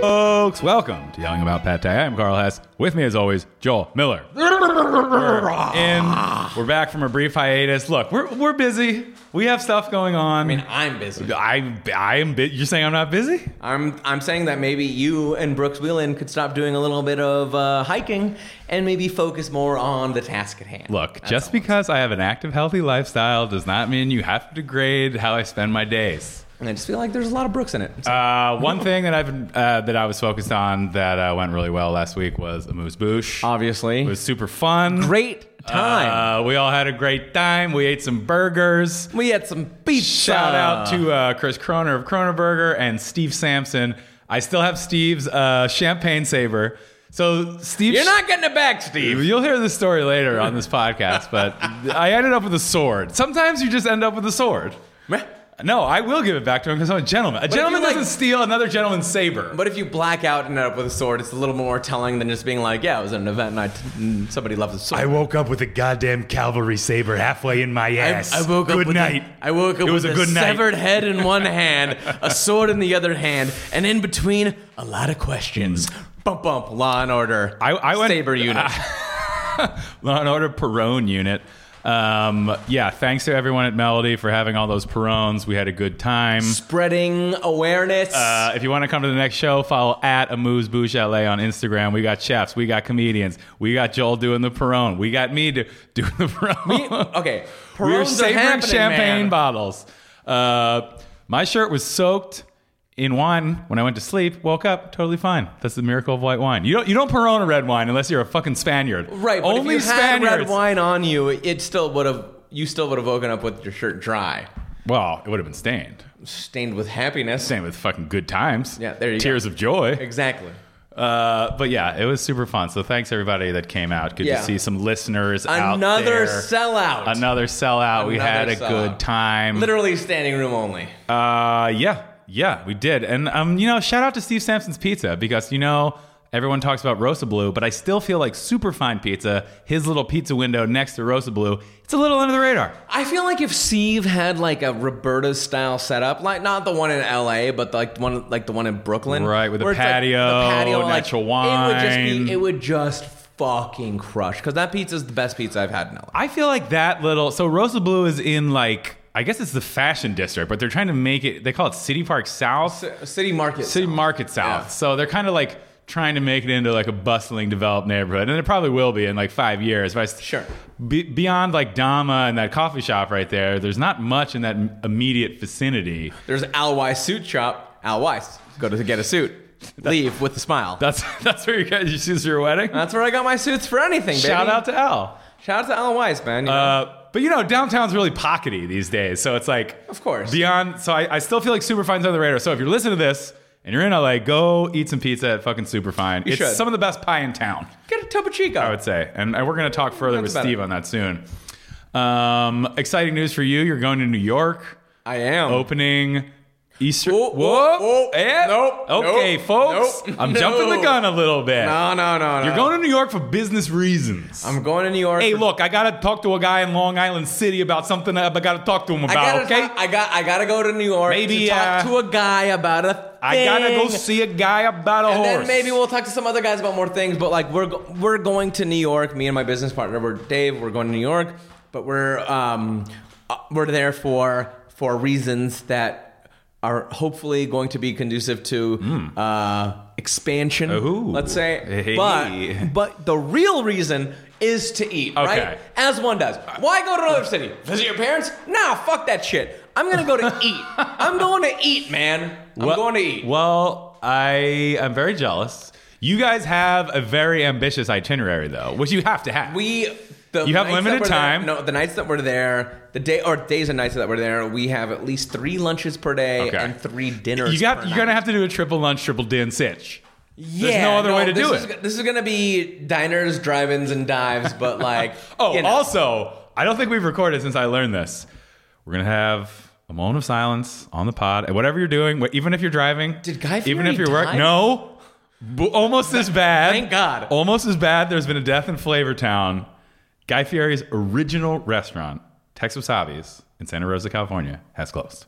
folks, welcome to Yelling About Pad Thai. I'm Carl Hess. With me, as always, Joel Miller. and we're back from a brief hiatus. Look, we're, we're busy. We have stuff going on. I mean, I'm busy. I I am. bu- You're saying I'm not busy? I'm I'm saying that maybe you and Brooks Wheelan could stop doing a little bit of uh, hiking and maybe focus more on the task at hand. Look, That's just all. because I have an active, healthy lifestyle does not mean you have to degrade how I spend my days. and I just feel like there's a lot of Brooks in it. So- Uh, one thing that I've been- uh, that I was focused on that uh, went really well last week was a moose boosh. Obviously, it was super fun. great time. Uh, we all had a great time. We ate some burgers. we had some pizza. Shout out to uh, Chris Kroner of Kroner Burger and Steve Sampson. I still have Steve's uh, champagne saver. So Steve, You're not getting it back, Steve. You'll hear this story later on this podcast, but I ended up with a sword. Sometimes you just end up with a sword. No, I will give it back to him because I'm a gentleman. A gentleman you, like- doesn't steal another gentleman's saber. But if you black out and end up with a sword, it's a little more telling than just being like, "Yeah, it was at an event and I t- and somebody left a sword." woke up with a goddamn cavalry saber halfway in my with a- I woke up It was with a good night. severed head in one hand, a sword in the other hand, and in between, a lot of questions. Bump, bump, law and order. Hmm. I, I went uh, Saber unit. Law and Order Perone unit. Um, yeah, thanks to everyone at Melody for having all those Perones. We had a good time. Spreading awareness. Uh, if you want to come to the next show, follow at Amuse Boo Chalet on Instagram. We got chefs, we got comedians, we got Joel doing the Perone, we got me do, doing the Perone. okay. we were uh, Perones are savoring happening, champagne man. bottles. Uh, my shirt was soaked in wine when I went to sleep. Woke up totally fine. That's the miracle of white wine. You don't you don't Perone a red wine unless you're a fucking Spaniard. Right, but Only if you had Spaniards. red wine on you, it still would have. You still would have woken up with your shirt dry, Well, it would have been stained. stained with happiness. Same with fucking good times. Yeah, there you go. Tears of joy. Exactly. Uh, but yeah, it was super fun. So thanks everybody that came out. Good Yeah. to see some listeners out Another there. sellout. Another sellout. we Another had a sellout. good time. Literally standing room only. Uh, yeah, yeah, we did. And um, you know, shout out to Steve Sampson's Pizza because you know everyone talks about Rosa Blue, but I still feel like Superfine Pizza, his little pizza window next to Rosa Blue, it's a little under the radar. I feel like if Steve had like a Roberta style setup, like not the one in L.A., but like the one like the one in Brooklyn, Right, with the where it's, like, patio, the patio, natural It would just wine. be, it would just fucking crush because that pizza is the best pizza I've had in L.A. I feel like that little. So Rosa Blue is in like I guess it's the fashion district, but they're trying to make it. They call it City Park South, C- City Market, City South. Market South. Yeah. So they're kind of like trying to make it into like a bustling, developed neighborhood, and it probably will be in like five years. But I s- Sure. be- beyond like Dama and that coffee shop right there, there's not much in that m- immediate vicinity. There's Al Weiss Suit Shop. Al Weiss, go to get a suit, leave with a smile. That's that's where you guys you choose your wedding. That's where I got my suits for anything. Uh, Baby. Shout out to Al. shout out to Al Weiss, man. you know? Uh, but you know, downtown's really pockety these days, so it's like, Of course. beyond. So I, I still feel like Superfine's on the radar. So if you're listening to this and you're in LA, go eat some pizza at fucking Superfine. it's should. some of the best pie in town, get a Topo Chico. I would say, and and we're gonna talk further That's with about Steve it. on that soon. Um, exciting news for you. You're going to New York, I am. opening. Easter. Oh, oh, oh, eh? nope, Okay, nope, folks. nope, I'm jumping the no. gun a little bit. No, no, no, no. You're going to New York for business reasons. I'm going to New York. Hey, for- look, I gotta talk to a guy in Long Island City about something that I gotta talk to him I about. gotta, okay, I got. I gotta go to New York. Maybe, to talk uh, to a guy about a. Thing. I gotta go see a guy about a And horse. then maybe we'll talk to some other guys about more things. But like, we're go- we're going to New York. Me and my business partner, we're Dave. We're going to New York, but we're um, uh, we're there for for reasons that are hopefully going to be conducive to uh, expansion. Hmm. Ooh. Let's say, Hey. but but the real reason. Is to eat, Okay. right? As one does. Why go to another city? Visit your parents? Nah, fuck that shit. I'm gonna go to eat. I'm going to eat, man. I'm Well- going to eat. Well, I am very jealous. You guys have a very ambitious itinerary, though, which you have to have. We the You have nights that limited we're there- time. no, the nights that we're there, the day or days and nights that we're there, we have at least three lunches per day Okay. and three dinners. you got. per You're night. gonna have to do a triple lunch, triple din sitch. Yeah, no other way to this do is, it. This is gonna be diners, drive-ins, and dives, but like Oh, you know. also, I don't think we've recorded since I learned this. We're gonna have a moment of silence on the pod, and whatever you're doing, wh- even if you're driving, Did Guy even if Fieri you're work, die? no, B- almost as bad. Thank God. almost as bad. There's been a death in Flavortown. Guy Fieri's original restaurant, Texas Wasabi's in Santa Rosa, California, has closed.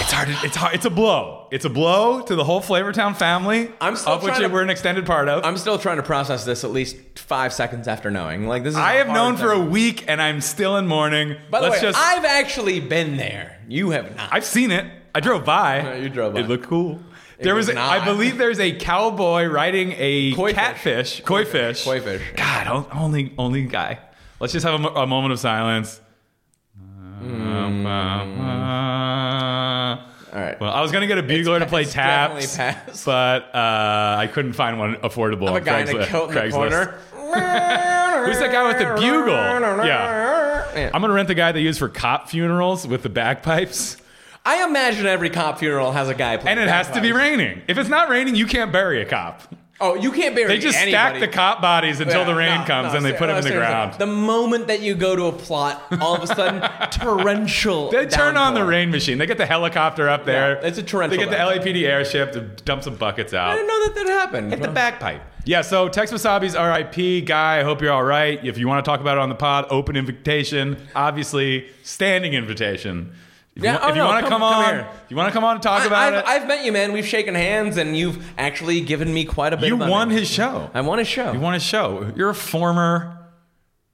It's hard. To, it's hard. It's a blow. It's a blow to the whole Flavortown family. I'm still of which trying to- we're an extended part of. I'm still trying to process this at least five seconds after knowing. Like this is. I a have hard known for a thing. week, and I'm still in mourning. By the Let's way, just. I've actually been there. You have not. I've seen it. I drove by. you drove by. It looked cool. there was, was not. I believe, there's a cowboy riding a Koi fish. catfish, koi fish. koi fish. God, on- only only guy. Let's just have a, mo- a moment of silence. Hmm. All right. Well, I was gonna get a bugler to play it's definitely taps, pass. but uh, I couldn't find one affordable. a on guy in a Craigslist- kilt in the Craigslist. corner. Who's that guy with the bugle? Yeah. Yeah. I'm gonna rent the guy they use for cop funerals with the bagpipes. I imagine every cop funeral has a guy playing. And it has to be bagpipes. raining. If it's not raining, you can't bury a cop. Oh, you can't bury. They just stack anybody. the cop bodies until Yeah, the rain no, comes no, and they ser- put them no, in the seriously. ground. The moment that you go to a plot, all of a sudden, torrential. they turn on the downpour. rain machine. They get the helicopter up there. Yeah, it's a torrential They get the downpour. LAPD airship to dump some buckets I out. didn't know that that happened. Hit the bagpipe. Yeah, so Tex Wasabi's RIP guy. I hope you're all right. If you want to talk about it on the pod, open invitation. Obviously, standing invitation. If Yeah, you, oh if you no, want to come- come, come on, here. if you want to come on and talk about I've, it. I've met you, man. We've shaken hands, and you've actually given me quite a bit. you of money. won his show. I won his show. You won his show. You're a former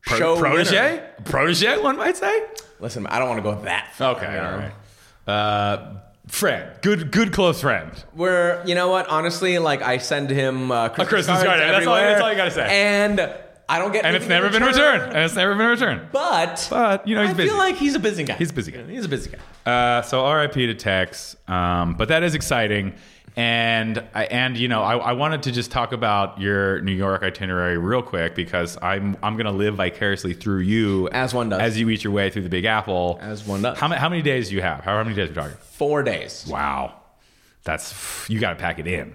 pro- show winner. protege, protege, one might say. Listen, I don't want to go that. far, Okay, you know? all right. Uh, friend, good, good, close friend. Where you know what? Honestly, like I send him uh, Christmas, Christmas cards card, yeah, that's all- everywhere, that's all you gotta say. And I don't get. And it's anything in never been return, returned. And it's never been returned. But But you know he's I busy. feel like he's a busy guy. He's a busy guy. He's a busy guy. Uh, so RIP to Tex, um, but that is exciting, and I, and you know I, I wanted to just talk about your New York itinerary real quick because I'm I'm gonna live vicariously through you As one does. as you eat your way through the Big Apple As one does. How, ma- how many days do you have? How, how many days are we talking? Four days. Wow, that's you got to pack it in.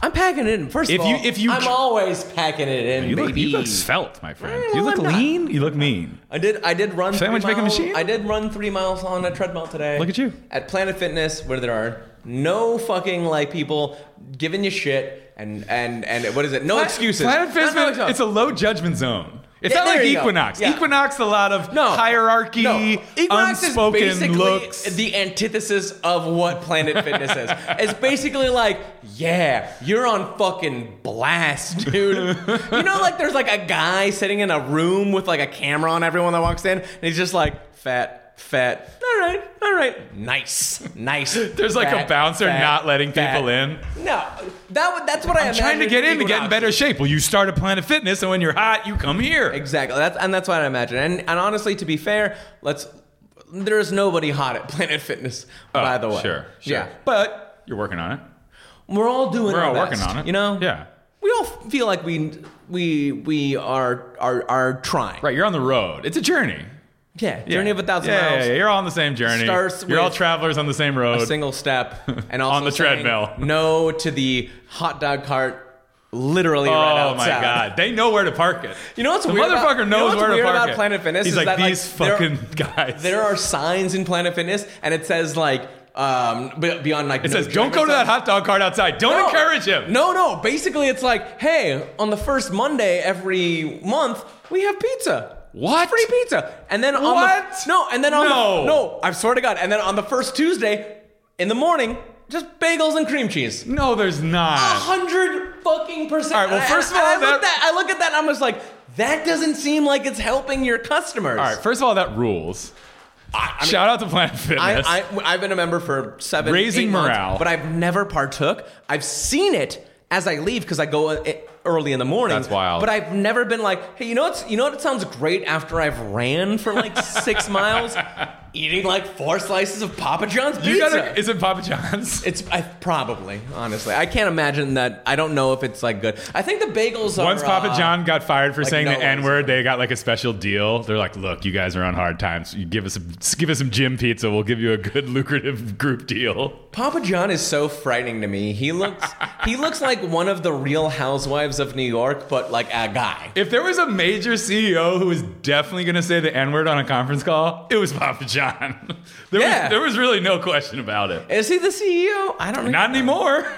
I'm packing it in. First If of you- all, if you- I'm always packing it in, You look, baby. you look svelte, my friend. Well, you look I'm not. lean. You look mean. I did. I did run. Sandwich three making miles- machine? I did run three miles on a treadmill today. Look at you. At Planet Fitness, where there are no fucking like people giving you shit and and and what is it? No excuses. Planet Fitness, No, no, no. it's a low judgment zone. It's Yeah, not like there you go. Equinox. Yeah. Equinox, a lot of No. hierarchy, No. Equinox is unspoken basically looks. The antithesis of what Planet Fitness is. It's basically like, yeah, you're on fucking blast, dude. you know, like there's like a guy sitting in a room with like a camera on everyone that walks in, and he's just like, fat, fat. All right, all right, nice, nice. There's like fat, a bouncer fat, not letting fat." people in. No, that would- that's what I am Trying to get in to get in better shape. Well, you start at Planet Fitness, and when you're hot, you come here. Exactly. That's and that's what I imagine. And and honestly, to be fair, let's there is nobody hot at Planet Fitness, Oh, by the way. Sure, sure. Yeah. But you're working on it. We're all doing We're our all best, working on it. You know? Yeah. We all feel like we we we are are are trying. Right, you're on the road. It's a journey. Yeah. Yeah. Journey of a thousand yeah, miles. Yeah, yeah, you're all on the same journey. Starts you're all with travelers on the same road. Single step and also the saying treadmill. No to the hot dog cart literally Oh right outside. my god, they know where to park it. You know what's the weird about- motherfucker you know knows what's where weird to park about it. Planet Fitness He's is like that, like, these there- fucking guys. There are signs in Planet Fitness, and it says like um, be- beyond like it says, "Don't go to that hot dog cart outside. Don't encourage him." No, no. Basically, it's like, hey, on the first Monday every month, we have pizza. What? Free pizza. And then on the- What? no, and then on No. the, no. I swear to God. And then on the first Tuesday in the morning, just bagels and cream cheese. No, there's not. A hundred fucking percent. All right, well, And I- first of and all, I, look that- at that, I look at that, and I'm just like, that doesn't seem like it's helping your customers. All right, first of all, that rules. Shout out to Planet Fitness. I, I, I've been a member for seven, Raising eight months, morale. but I've never partook. I've seen it as I leave because I go uh, early in the morning. That's wild. But I've never been like, hey, you know what's you know what sounds great after I've ran for like six miles, eating like four slices of Papa John's pizza. you gotta, is it Papa John's? it's I, probably honestly. I can't imagine that. I don't know if it's like good. I think the bagels are. Once Papa uh, John got fired for saying no the one's- N word, they got like a special deal. They're like, "Look, you guys are on hard times. You give us a, give us some gym pizza. We'll give you a good lucrative group deal." Papa John is so frightening to me. He looks he looks like one of the Real Housewives of New York, but like a guy. If there was a major CEO who was definitely going to say the N word on a conference call, it was Papa John. There, Yeah. was, there was really no question about it. Is he the CEO? I don't know. Not anymore.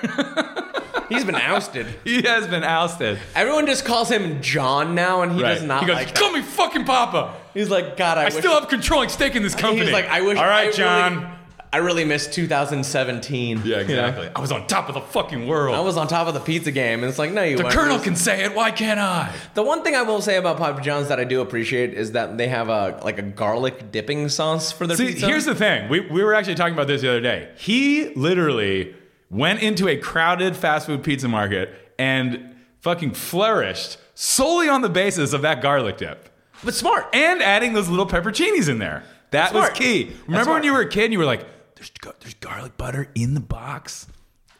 He's been ousted. he has been ousted. Everyone just calls him John now, and he Right. does not he goes, like. call That. me fucking Papa. He's like, God, I, I wish. still have controlling stake in this company. he's like, I wish. All I right, really- John. I I really missed 2017. Yeah, exactly. You know? I was on top of the fucking world. I was on top of the pizza game, and it's like, no, you the weren't. colonel can say it. Why can't I? The one thing I will say about Papa John's that I do appreciate is that they have a like a garlic dipping sauce for their See, pizza. here's the thing. We, we were actually talking about this the other day. He literally went into a crowded fast food pizza market and fucking flourished solely on the basis of that garlic dip but smart. and adding those little pepperoncinis in there. That That's was smart. key. That's Remember when smart. you were a kid and you were like, there's, gar- there's garlic butter in the box?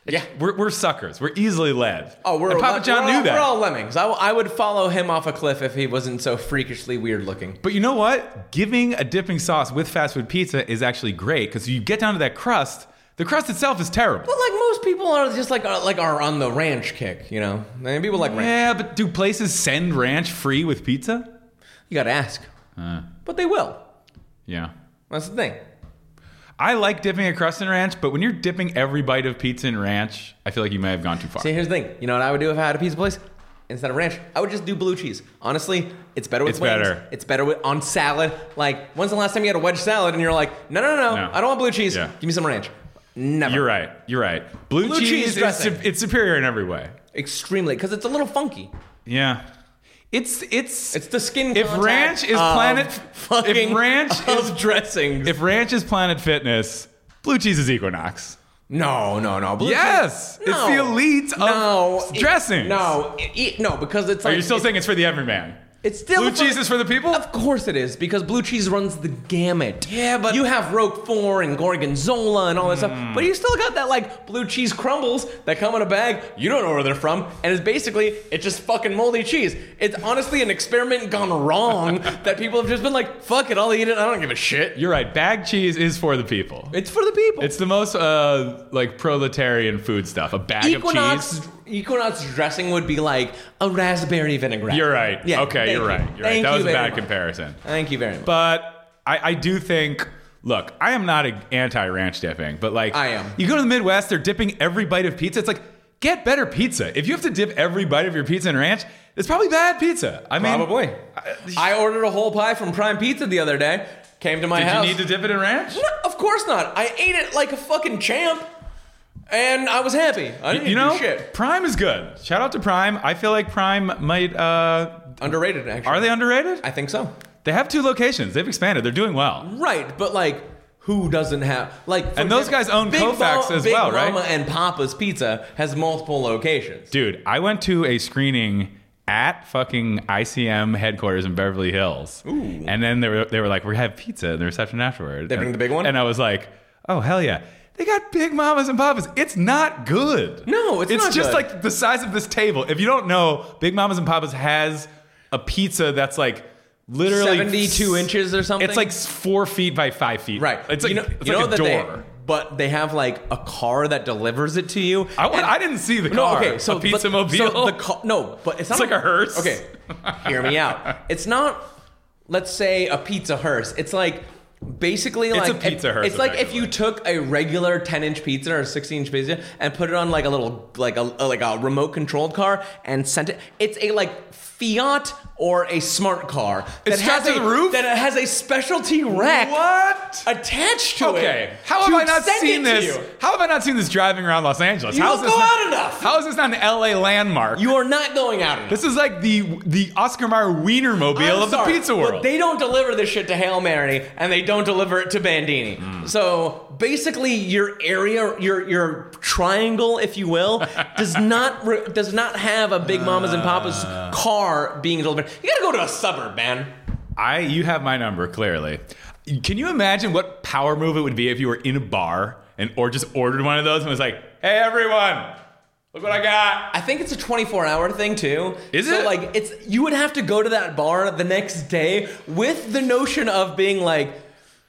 Yeah. We're, we're suckers. We're easily led. Oh, we're and Papa we're John all, knew that. We're all lemmings. I, w- I would follow him off a cliff if he wasn't so freakishly weird looking. But you know what? Giving a dipping sauce with fast food pizza is actually great because you get down to that crust. The crust itself is terrible. But like most people are just like are, like are on the ranch kick, you know. I mean, people like ranch. Yeah, but do places send ranch free with pizza? You got to ask, Uh. but they will. Yeah. That's the thing. I like dipping a crust in ranch, but when you're dipping every bite of pizza in ranch, I feel like you may have gone too far. See, here's the thing. You know what I would do if I had a pizza place? Instead of ranch, I would just do blue cheese. Honestly, it's better with It's wings. better. It's better with on salad. Like, when's the last time you had a wedge salad and you're like, no, no, no, no, No. I don't want blue cheese. Yeah. Give me some ranch. Never. You're right. You're right. Blue, Blue cheese cheese, is dressing. su- it's superior in every way. Extremely, because it's a little funky. Yeah. It's it's It's the skin. If contact ranch is of Planet- fucking if ranch of is- dressings. if ranch is Planet Fitness, blue cheese is Equinox. no, no, no. Blue Yes! cheese- It's the elite of no, it- dressings. no, it- it- no, because it's like Are you still it's, saying it's for the everyman? it's still Blue for- cheese is for the people? Of course it is, because blue cheese runs the gamut. Yeah, but- Hmm. you have Roquefort and Gorgonzola and all that stuff, but you still got that like blue cheese crumbles that come in a bag. You don't know where they're from, and it's basically it's just fucking moldy cheese. It's honestly an experiment gone wrong that people have just been like, fuck it, I'll eat it. I don't give a shit. You're right. Bag cheese is for the people. It's for the people. It's the most uh, like proletarian food stuff. A bag of cheese. Equinox Equinox dressing would be like a raspberry vinaigrette. You're right. Yeah, okay, thank you're you. right. You're right. Thank That you was a very bad much. comparison. Thank you very much. But I, I do think. Look, I am not anti ranch dipping, but like I am. You go to the Midwest, they're dipping every bite of pizza. It's like get better pizza. If you have to dip every bite of your pizza in ranch, it's probably bad pizza. I mean, Probably. I ordered a whole pie from Prime Pizza the other day. Came to my Did you house. need to dip it in ranch? No, of course not. I ate it like a fucking champ, and I was happy. I didn't You know, do shit. Prime is good. Shout out to Prime. I feel like Prime might. uh Underrated, actually. Are they underrated? I think so. They have two locations. They've expanded. They're doing well. Right, but like, who doesn't have like? for And those guys own Big Kofax as Big well, right? Mama and Papa's Pizza has multiple locations. Dude, I went to a screening at fucking ICM headquarters in Beverly Hills. Ooh. And then they were, they were like, we have pizza in the reception afterward. They bring And- the big one? And I was like, oh, hell yeah. They got big mamas and papas. It's not good. No, it's not just good. like the size of this table. If you don't know, Big Mamas and Papas has a pizza that's like literally Seventy-two inches or something. It's like four feet by five feet. right. It's like, you know, it's you know like a that they- door. but they have like a car that delivers it to you. I, want, and- I didn't see the No, car. okay, so a pizza but- mobile. So the car, no, but it's not It's like a hearse. Okay, hear me out. It's not. Let's say a pizza hearse. It's like basically a like pizza if- hearse, It's like if you effectively. took a regular ten inch pizza or sixteen inch pizza and put it on like a little like a like a remote controlled car and sent it. It's a like Fiat or a smart car that It's strapped to a the roof? that it has a specialty rack What? attached to it. Okay. How have to I not send seen it this? to you. How have I not seen this driving around Los Angeles? You how is don't this go not, out enough. How is this not an LA landmark? You are not going out. Enough. this is like the the Oscar Mayer Wiener mobile I'm of the sorry, pizza world. But they don't deliver this shit to Hail Mary, and they don't deliver it to Bandini. Hmm. So basically, your area, your your triangle, if you will, does not re- does not have a Big Mamas and Papas Uh. car being delivered. You gotta go to a suburb, man. I you have my number clearly. Can you imagine what power move it would be if you were in a bar and or just ordered one of those and was like, "Hey everyone, look what I got." I think it's a 24 hour thing too. Is so it? Like it's you would have to go to that bar the next day with the notion of being like,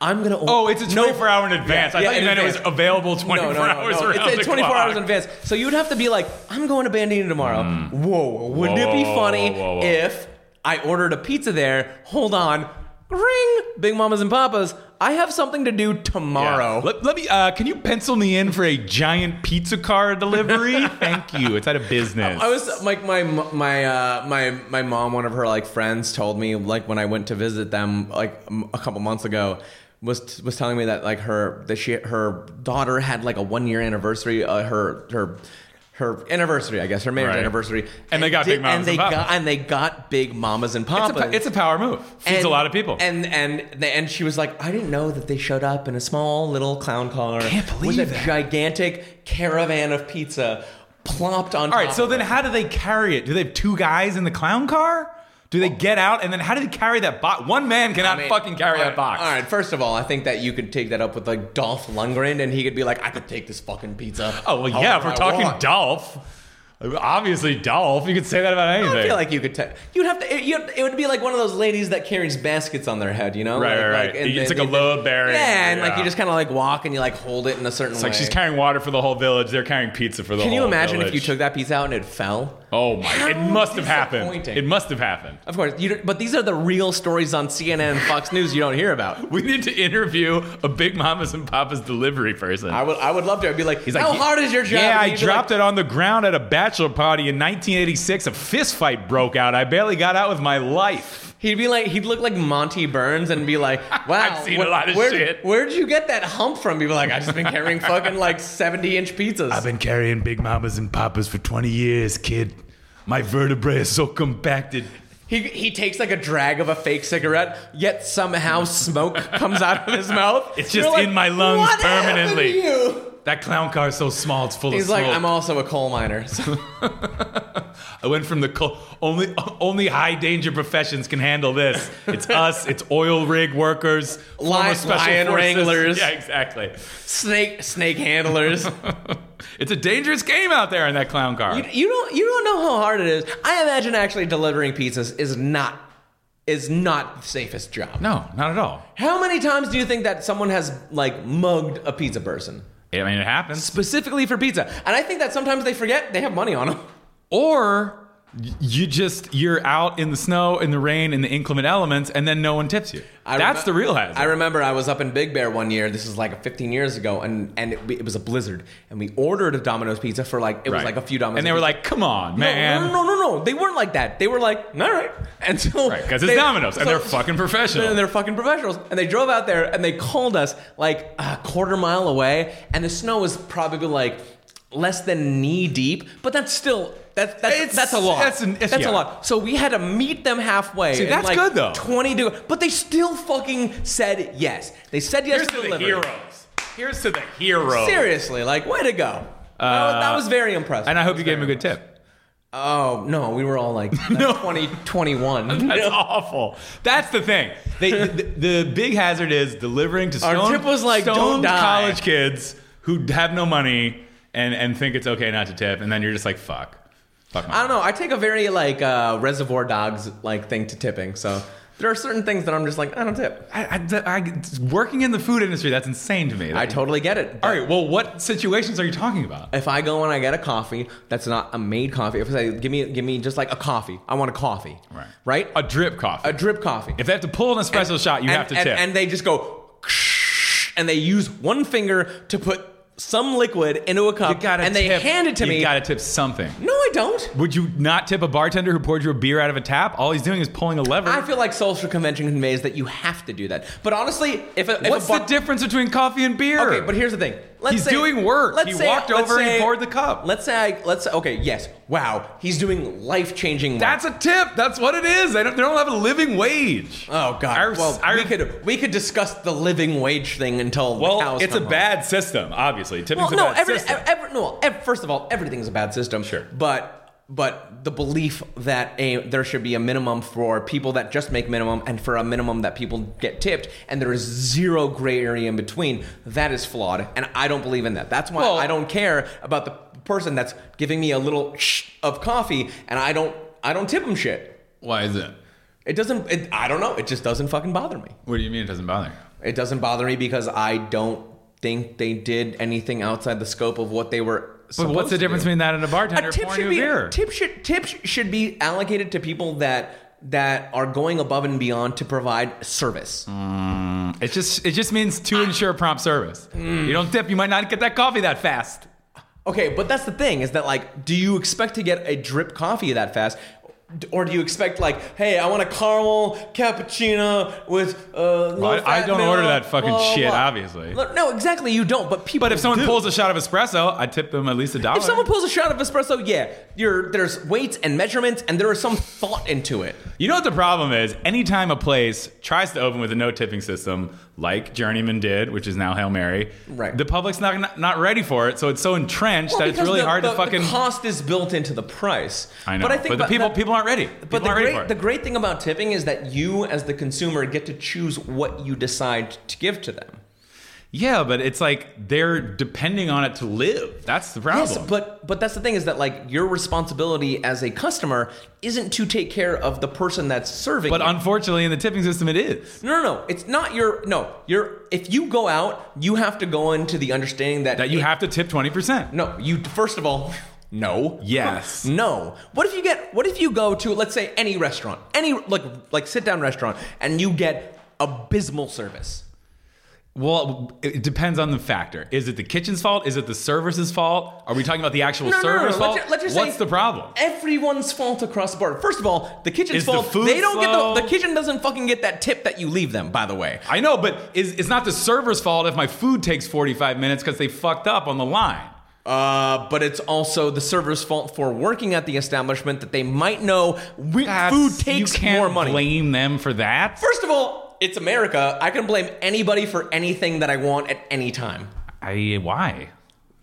I'm gonna. order- Oh, it's a No- 24 hour in advance. I yeah, thought in you meant it was advance. available 24 hours around It's, the it's 24 clock. hours in advance. So you'd have to be like, I'm going to Bandini tomorrow. Whoa, wouldn't it be Mm. Whoa, funny whoa, whoa. if I ordered a pizza there? Hold on. Ring, Big Mamas and Papas. I have something to do tomorrow. Yeah. Let, let me. Uh, can you pencil me in for a giant pizza car delivery? Thank you. It's out of business. I was like my my uh, my my mom. One of her like friends told me like when I went to visit them like m- a couple months ago. was was telling me that like her that she her daughter had like a one year anniversary uh, her her her anniversary I guess her marriage Right. anniversary and, they got Big did- Mamas they and Papas. got and they got big mamas and papas It's a, it's a power move. Feeds a lot of people. and and the, and she was like, I didn't know that they showed up in a small little clown car Can't believe with a that. gigantic caravan of pizza plopped on. All right, so then how do they carry it? Do they have two guys in the clown car? Do they get out and then how do they carry that box? One man cannot fucking carry that box. All right, first of all, I think that you could take that up with like Dolph Lundgren, and he could be like, I could take this fucking pizza. Oh well, yeah. If however we're I talking want." Dolph, obviously Dolph. You could say that about anything. I feel like you could. take. you'd have to. It, you'd, it would be like one of those ladies that carries baskets on their head, you know? Right, like, right, right. and It's then like a you- load bearing. Yeah, and like Yeah. you just kind of like walk and you like hold it in a certain It's way. like she's carrying water for the whole village. They're carrying pizza for the Can whole you imagine if you village. took that pizza out and it fell? Oh my! How it must have happened. disappointing. It must have happened. Of course, you don't, but these are the real stories on CNN and Fox News you don't hear about. We need to interview a Big Mama's and Papa's delivery person. I would, I would love to. I'd be like, He's like, how "Yeah, hard is your job? Yeah, And I you'd be dropped like, it on the ground at a bachelor party in 1986. A fist fight broke out. I barely got out with my life. He'd be like, he'd look like Monty Burns and be like, wow, I've seen a lot of where, shit." Where'd you get that hump from? People like, I've just been carrying fucking like seventy inch pizzas. I've been carrying Big Mamas and Papas for 20 years, kid. My vertebrae is so compacted. He, he takes like a drag of a fake cigarette, yet somehow smoke comes out of his mouth. It's You're just like, in my lungs "What happened permanently." to you? That clown car is so small, it's full He's of smoke. like, I'm also a coal miner. So I went from the co- only only high danger professions can handle this. It's us. It's oil rig workers, former Lion- lion wranglers. Yeah, exactly. snake snake handlers. it's a dangerous game out there in that clown car. You, you don't you don't know how hard it is. I imagine actually delivering pizzas is not is not the safest job. no, not at all. How many times do you think that someone has like mugged a pizza person I mean, it happens. specifically for pizza? And I think that sometimes they forget they have money on them. Or y- you just you're out in the snow, in the rain, in the inclement elements, and then no one tips you. I That's remem- the real hazard. I remember I was up in Big Bear one year. This is like 15 years ago, and and it, it was a blizzard, and we ordered a Domino's pizza for like it was Right. like a few Domino's, and they were like, "Come on, man." No, no, no, no, no. They weren't like that. They were like, all right. And so. Right, because it's they- Domino's, and so- they're fucking professional. And they're fucking professionals. And they drove out there and they called us like a quarter mile away, and the snow was probably like less than knee deep, but that's still. That's, that's, It's- that's a lot. that's an- it's- yeah. a lot. So we had to meet them halfway. See, and, that's like, good, though. 20 to But they still fuking said yes. They said yes Here's to to the delivery. heroes. Here's to the heroes. Seriously, like, way to go. that, was, that was very impressive. Uh, And I hope you gave him a good tip. Oh, no, we were all like, no. 2021. That's awful. That's the thing. They, the, the big hazard is delivering to Our stoned, tip was like, stoned "Don't die." college kids who have no money and, and think it's okay not to tip, and then you're just like, fuck. Fuck my I life. don't know. I take a very like uh, Reservoir Dogs like thing to tipping. So there are certain things that I'm just like I don't tip. I, I, the- I- working in the food industry, that's insane to me. I totally get it. All right, well, what situations are you talking about? If I go and I get a coffee, that's not a made coffee. If I say give me give me just like a coffee, I want a coffee. Right. Right. A drip coffee. A drip coffee. if they have to pull an espresso shot, you and, have to and, tip. And they just go, and they use one finger to put some liquid into a cup, you gotta and they tip- hand it to me. You gotta tip something. no, I don't. Would you not tip a bartender who poured you a beer out of a tap? All he's doing is pulling a lever. I feel like social convention conveys that you have to do that. But honestly, if a, if What's a bar- the difference between coffee and beer? Okay, but here's the thing. Let's He's say, doing work. Let's He say, walked let's over and say- poured the cup. Let's say. I, let's. Okay. Yes. Wow. He's doing life changing. that's a tip. That's what it is. They don't, they don't have a living wage. Oh God. Our- well, our- we could we could discuss the living wage thing until the Well, cows it's a come home. bad system, obviously. Tipping's Well, no. a bad Every, system. ev- every- no. ev- first of all, everything's a bad system. Sure. But but the belief that a there should be a minimum for people that just make minimum and for a minimum that people get tipped and there is zero gray area in between that is flawed and I don't believe in that. That's why Well- I don't care about the person that's giving me a little shh of coffee and I don't I don't tip them shit. Why is it? It doesn't. It, I don't know. It just doesn't fucking bother me. What do you mean it doesn't bother you? It doesn't bother me because I don't think they did anything outside the scope of what they were. But what's the difference between that and a bartender A tip pouring should you a be beer? tip should tips should be allocated to people that that are going above and beyond to provide service. It just it just means to ensure prompt service. You don't tip, you might not get that coffee that fast. Okay, but that's the thing is that like, do you expect to get a drip coffee that fast? D- Or do you expect like, hey, I want a caramel cappuccino with uh? low I- I fat don't milk, order that fucking blah, shit, blah. obviously. No, no, exactly. You don't. But people. But if someone do. pulls a shot of espresso, I tip them at least a dollar. If someone pulls a shot of espresso, yeah, you're, there's weights and measurements, and there is some thought into it. You know what the problem is? Anytime a place tries to open with a no tipping system, like Journeyman did, which is now Hail Mary, Right. the public's not, not not ready for it, so it's so entrenched Well, that it's because really the- hard the- to fucking. The cost is built into the price. I know, but I think the about people that- people aren't ready. But People the aren't ready for great, it. the great thing about tipping is that you, as the consumer, get to choose what you decide to give to them. yeah, but it's like they're depending on it to live. That's the problem. Yes, but but that's the thing is that like your responsibility as a customer isn't to take care of the person that's serving. But you. unfortunately, in the tipping system, it is No, no, no. It's not your. No, you're. If you go out, you have to go into the understanding that that you it- have to tip twenty percent. No, you. First of all, no. Yes. No. What if you get? What if you go to let's say any restaurant, any like like sit down restaurant, and you get abysmal service? Well, it depends on the factor. Is it the kitchen's fault? Is it the server's fault? Are we talking about the actual No, no, no, no. server's Let's fault? ju- let's just What's say- the problem? Everyone's fault across the board. First of all, the kitchen's Is the fault. food they don't slow? get the, the kitchen doesn't fucking get that tip that you leave them. By the way, I know, but is, it's not the server's fault if my food takes 45 minutes because they fucked up on the line. Uh, but it's also the server's fault for working at the establishment that they might know we, That's- food takes you can't more money. Blame them for that. First of all, it's America. I can blame anybody for anything that I want at any time I why?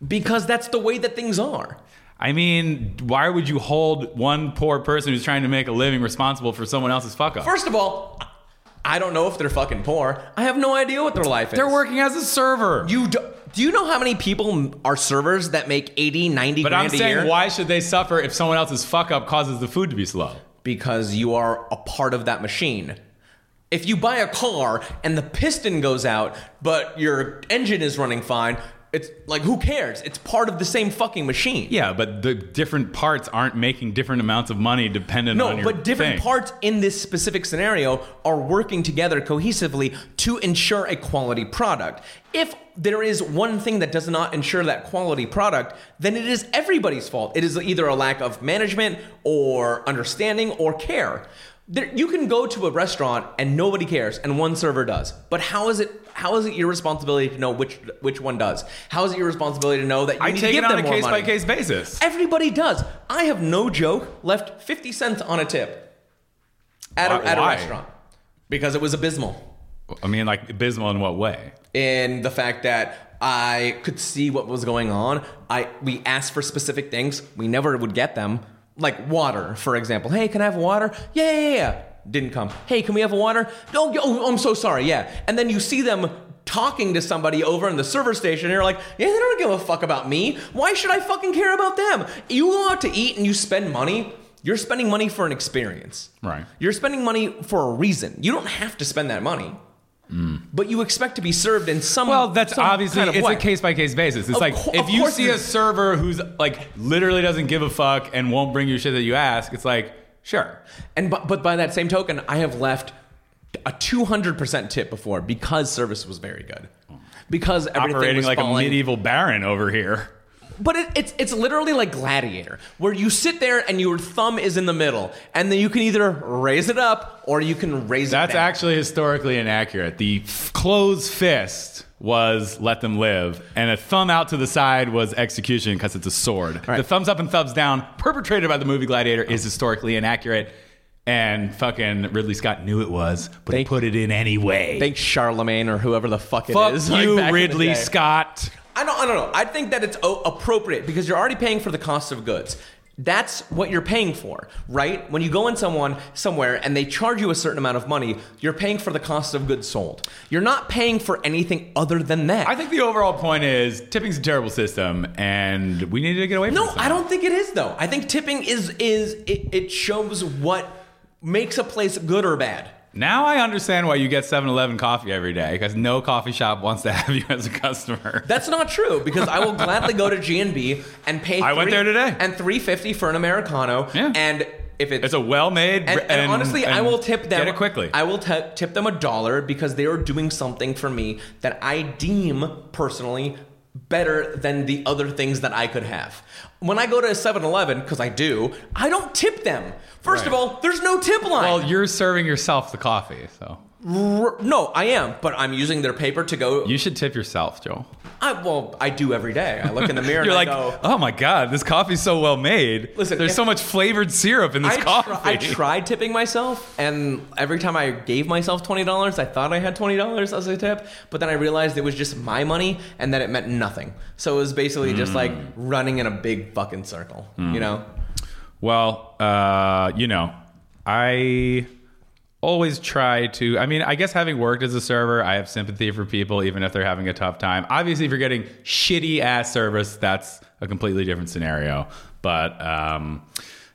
because that's the way that things are. I mean, why would you hold one poor person who's trying to make a living responsible for someone else's fuck up? First of all, I don't know if they're fucking poor. I have no idea what their life is. They're working as a server. You do, do you know how many people are servers that make 80, 90 but grand I'm a saying, year? why should they suffer if someone else's fuck up causes the food to be slow? because you are a part of that machine. If you buy a car and the piston goes out, but your engine is running fine, it's like who cares? It's part of the same fucking machine. Yeah, but the different parts aren't making different amounts of money dependent on No, your but different thing. parts in this specific scenario are working together cohesively to ensure a quality product. If there is one thing that does not ensure that quality product, then it is everybody's fault. It is either a lack of management or understanding or care. There, you can go to a restaurant and nobody cares, and one server does. But how is it? How is it your responsibility to know which which one does? How is it your responsibility to know that you I need take to it give on them a more case by money? case basis. Everybody does. I have no joke left 50 cents on a tip at, Why- a, at a why? restaurant because it was abysmal I mean, like abysmal in what way? in the fact that I could see what was going on. I we asked for specific things, we never would get them. Like water, for example. Hey, can I have water? Yeah, yeah, yeah, yeah. Didn't come. Hey, can we have water? No, yo- oh, I'm so sorry. Yeah. And then you see them talking to somebody over in the server station and you're like, "Yeah, they don't give a fuck about me. Why should I fucking care about them?" You go out to eat and you spend money. You're spending money for an experience. Right. You're spending money for a reason. You don't have to spend that money but you expect to be served in some Well, that's some obviously kind of it's way. a case by case basis. It's Of like co- if of you course see a it's- server who's like literally doesn't give a fuck and won't bring you shit that you ask, it's like sure. And but, but by that same token, I have left a two hundred percent tip before because service was very good, because everything Operating was like falling. a medieval baron over here. But it, it's it's literally like Gladiator, where you sit there and your thumb is in the middle, and then you can either raise it up or you can raise That's it. down. actually historically inaccurate. The f- closed fist was let them live, and a thumb out to the side was execution because it's a sword. The thumbs up and thumbs down, perpetrated by the movie Gladiator, is historically inaccurate. And fucking Ridley Scott knew it was, but he Thank- put it in anyway. Thank Charlemagne or whoever the fuck it is. Fuck like, you, back in the Ridley day. Scott. I don't, I don't know. I think that it's o- appropriate because you're already paying for the cost of goods. That's what you're paying for, right? When you go in someone somewhere and they charge you a certain amount of money, you're paying for the cost of goods sold. You're not paying for anything other than that. I think the overall point is tipping's a terrible system, and we need to get away from no, this I don't think it is though. I think tipping is is it, it shows what makes a place good or bad. Now I understand why you get 7 Eleven coffee every day, because no coffee shop wants to have you as a customer. That's not true because I will gladly go to G and B and pay. I went there today. and three fifty for an americano. Yeah. and if it's It's a well made And, and honestly, I will tip them. Get it quickly. I will t- tip them a dollar because they are doing something for me that I deem personally better than the other things that I could have. When I go to 7-Eleven, because I do, I don't tip them. First of Right. all, there's no tip line. Well, you're serving yourself the coffee, so R- no, I am, but I'm using their paper to go. you should tip yourself, Joel. I, well, I do every day. I look in the mirror You're like, and I go, oh my god, this coffee's so well made. Listen, there's if- so much flavored syrup in this I, tr- coffee. I tried tipping myself, and every time I gave myself twenty dollars, I thought I had twenty dollars as a tip, but then I realized it was just my money and that it meant nothing. So it was basically just like Mm. running in a big fucking circle, you know? Well, uh, you know, I always try to. I mean, I guess having worked as a server, I have sympathy for people, even if they're having a tough time. Obviously, if you're getting shitty ass service, that's a completely different scenario. But um,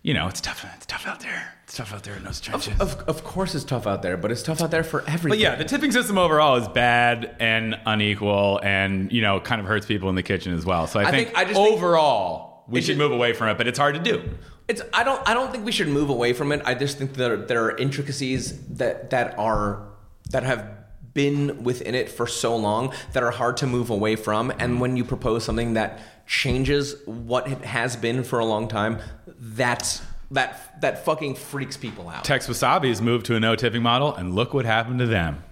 you know, it's tough. It's tough out there. It's tough out there in those trenches. Of, of course, it's tough out there, but it's tough out there for everybody. But yeah, the tipping system overall is bad and unequal, and you know, kind of hurts people in the kitchen as well. So I, think, think- I just think- overall we It should should- move away from it, but it's hard to do. It's I don't I don't think we should move away from it. I just think there there are intricacies that that are that have been within it for so long that are hard to move away from. And when you propose something that changes what it has been for a long time, that's that that fucking freaks people out. Tex Wasabi's moved to a no tipping model, and look what happened to them.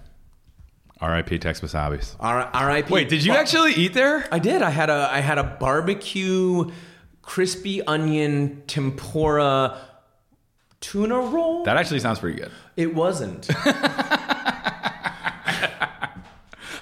R.I.P. Tex Wasabi's. R- R.I.P. Wait, did you Fuck. actually eat there? I did. I had a I had a barbecue crispy onion tempura tuna roll. That actually sounds pretty good. it wasn't.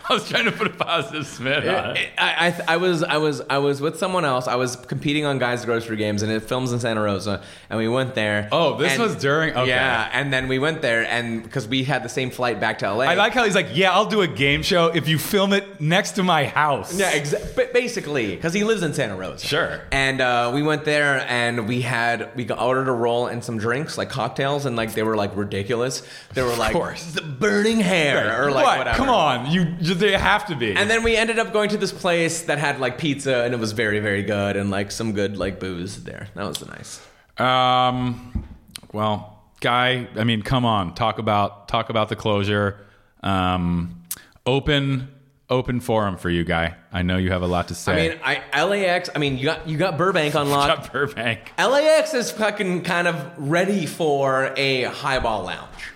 I was trying to put a positive spin on it. I, I, I was I was I was with someone else. I was competing on guys' grocery games and it films in Santa Rosa, and we went there. Oh, this and- was during- okay. Yeah, and then we went there, and because we had the same flight back to LA. I like how he's like, yeah, I'll do a game show if you film it next to my house. Yeah, exa- ba- basically, because he lives in Santa Rosa. Sure. And uh, we went there, and we had we got- ordered a roll and some drinks, like cocktails, and like they were like ridiculous. They were like course. the burning hair or like what? whatever. Come on, you they have to be. And then we ended up going to this place that had like pizza and it was very, very good and like some good like booze there. That was nice. Um, well, guy, I mean, come on, talk about talk about the closure. Um, open open forum for you, guy. I know you have a lot to I say. mean, I LAX. I mean, you got you got Burbank on lock. Chuck Burbank. LAX is fucking kind of ready for a highball lounge.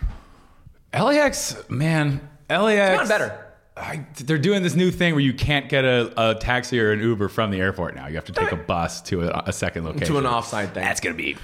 LAX, man, LAX. It's gotten better. I, they're doing this new thing where you can't get a, a taxi or an Uber from the airport now. You have to take a bus to a, a second location. To an offside thing. That's gonna be.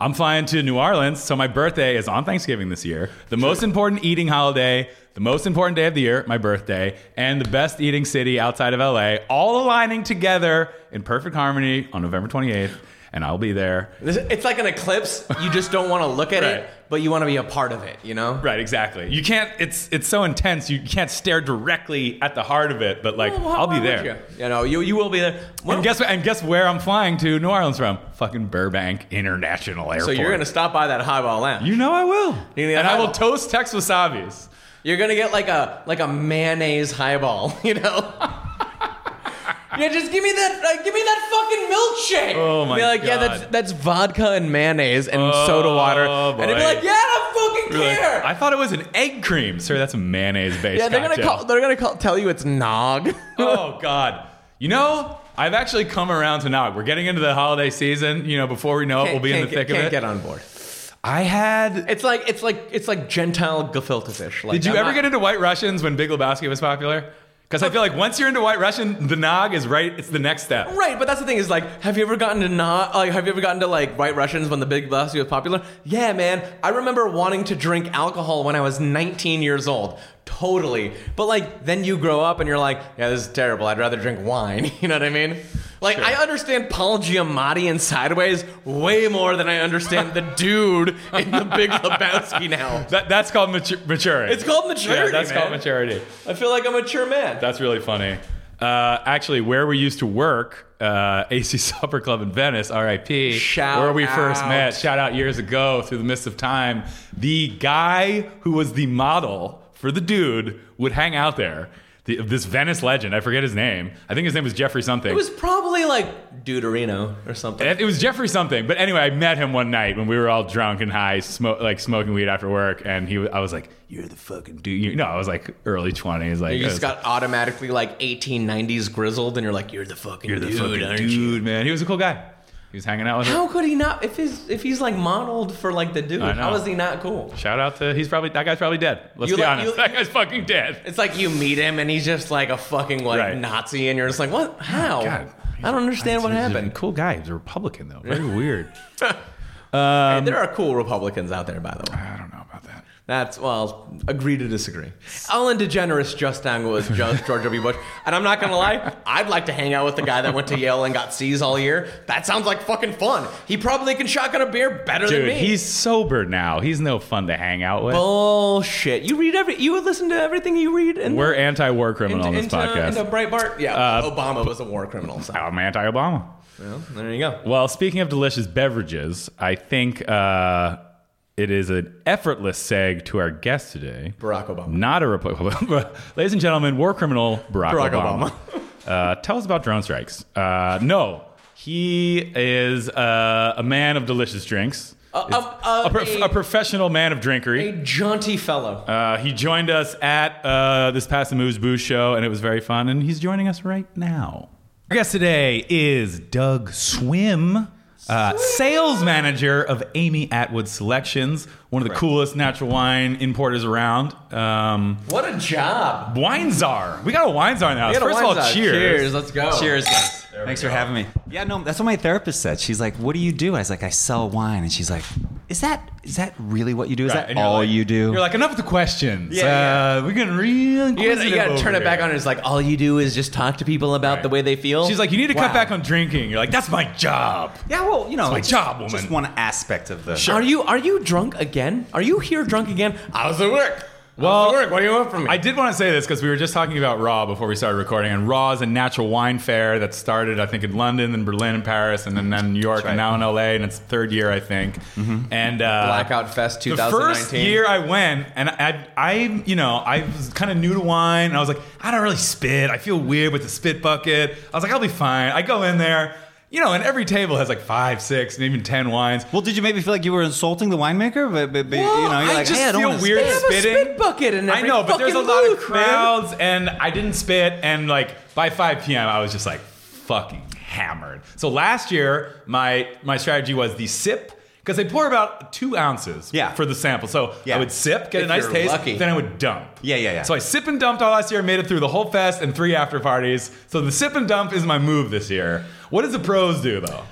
I'm flying to New Orleans, so my birthday is on Thanksgiving this year. The most important eating holiday, the most important day of the year, my birthday, and the best eating city outside of LA, all aligning together in perfect harmony on November 28th, and I'll be there. This- it's like an eclipse. You just don't want to look at Right. it, but you want to be a part of it. You know. Right, exactly. You can't. It's it's so intense. You can't stare directly at the heart of it, but like Well, why- I'll be why would there. You? you know, you you will be there. Well, And guess what? And guess where I'm flying to New Orleans from? Fucking Burbank International Airport. so you're gonna stop by that highball lounge. You know I will. You need a And I will highball. toast Tex Wasabi's. You're gonna get like a like a mayonnaise highball, you know. yeah, just give me that, uh, give me that fucking milkshake. Oh my Be like, yeah, God. that's that's vodka and mayonnaise and soda water, Oh, and they'd be boy. like, yeah, I don't fucking You're like, care. I thought it was an egg cream, sir. That's a mayonnaise based. yeah, they're cocktail. gonna call, they're gonna call, tell you it's nog. oh God. You know, I've actually come around to now. We're getting into the holiday season. You know, before we know it, we'll be in the Can't- thick can't of it. Get on board. I had. It's like it's like it's like Gentile gefilte fish. Like, Did you I'm ever not- get into White Russians when Big Lebowski was popular? Because I feel like once you're into White Russian, the nog is right. It's the next step. Right, but that's the thing is like, have you ever gotten to not like, have you ever gotten to like White Russians when the Big Lebowski was popular? Yeah, man, I remember wanting to drink alcohol when I was 19 years old, totally. But like, then you grow up and you're like, yeah, this is terrible. I'd rather drink wine. You know what I mean? Like, I understand Paul Giamatti in Sideways way more than I understand the dude in the Big Lebowski now. That, that's called matu- maturing. It's called maturity. Yeah, that's man. called maturity. I feel like I'm a mature man. That's really funny. Uh, actually, where we used to work, uh, AC Supper Club in Venice, RIP, Shout where we first out. met, shout out years ago through the mist of time. The guy who was the model for the dude would hang out there. the, this Venice legend. I forget his name. I think his name was Jeffrey something. It was probably like Deuterino or something. It was Jeffrey something, but anyway, I met him one night when we were all drunk and high, smo- like smoking weed after work, and he, was, I was like, "You're the fucking dude." You know, I was like early twenties, like you I just was got automatically like 1890s grizzled, and you're like, you're the fucking like, "You're the dude, fucking aren't dude, you? man. He was a cool guy. He was hanging out with. us. How could he not? If he's if he's like modeled for like the dude, I know. how is he not cool? Shout out to he's probably that guy's probably dead. Let's You be like- honest, you- that guy's fucking dead. It's like you meet him and he's just like a fucking like Right. Nazi, and you're just like, what? How? God. I don't understand what He's a happened. Cool guy. He was a Republican though. Very weird. Um, Hey, there are cool Republicans out there, by the way. I don't know about that. That's well, agree to disagree. Ellen DeGeneres just hung with Jo- George W. Bush, and I'm not gonna lie, I'd like to hang out with the guy that went to Yale and got C's all year. That sounds like fucking fun. He probably can shotgun a beer better than Dude, me. he's sober now. He's no fun to hang out with. bullshit. You read every, you listen to everything you read, and We're anti-war criminal on this into, podcast. Uh, Into Breitbart, yeah, Obama was a war criminal. So. I'm anti-Obama. Well, there you go. Well, speaking of delicious beverages, I think uh, it is an effortless seg to our guest today. Barack Obama. Not a Republican. Ladies and gentlemen, war criminal Barack, Barack Obama. uh, tell us about drone strikes. Uh, no, he is uh, a man of delicious drinks. A- a- a, prof- Uh, a- a professional man of drinkery. A jaunty fellow. Uh, he joined us at uh, this past the Moves Booze show, and it was very fun. And he's joining us right now. Our guest today is Doug Swim, uh, sales manager of Amy Atwood Selections, one of the coolest natural wine importers around. Um, what a job. wine czar. We got a wine czar in the house. We got a First of all, wine czar. cheers. Cheers, let's go. Cheers, guys. Thanks for having me. Yeah, no, that's what my therapist said. She's like, "What do you do?" I was like, "I sell wine," and she's like, "Is that is that really what you do? Is Right, that and you're all like- you do?" You're like, enough with the questions. Yeah, uh, We're getting real You gotta, you inquisitive gotta over turn it back here. on. It's like all you do is just talk to people about Right. the way they feel. She's like, you need to cut Wow. back on drinking. You're like, that's my job. "Yeah, well, you know, It's my just- job, woman." Just one aspect of the Are you are you drunk again? Are you here drunk again? I was at work. I Well, was at work. What do you want from me? I did want to say this because we were just talking about Raw before we started recording, and Raw is a natural wine fair that started, I think, in London, then Berlin, and Paris, and then, then New York, and now right. in LA, and it's third year, I think. And uh, Mm-hmm. Blackout Fest The 2019. first year I went, and I, I, you know, I was kind of new to wine, and I was like, I don't really spit. I feel weird with the spit bucket. I was like, I'll be fine. I go in there, you know, and every table has like five, six, and even ten wines. Well, did you maybe feel like you were insulting the winemaker? But, but, but Well, you know, you're I like, just "Hey, I don't feel wanna weird spit." They have a spitting. spit bucket in I every know, but there's a fucking lot of booth, man. crowds, and I didn't spit. And like by 5 p.m., I was just like fucking hammered. So last year, my my strategy was the sip because they pour about two ounces Yeah. for the sample. So Yeah. I would sip, get If a nice you're taste, lucky. then I would dump. Yeah, yeah, yeah. So I sip and dumped all last year, made it through the whole fest and three after parties. So the sip and dump is my move this year. What does the pros do though?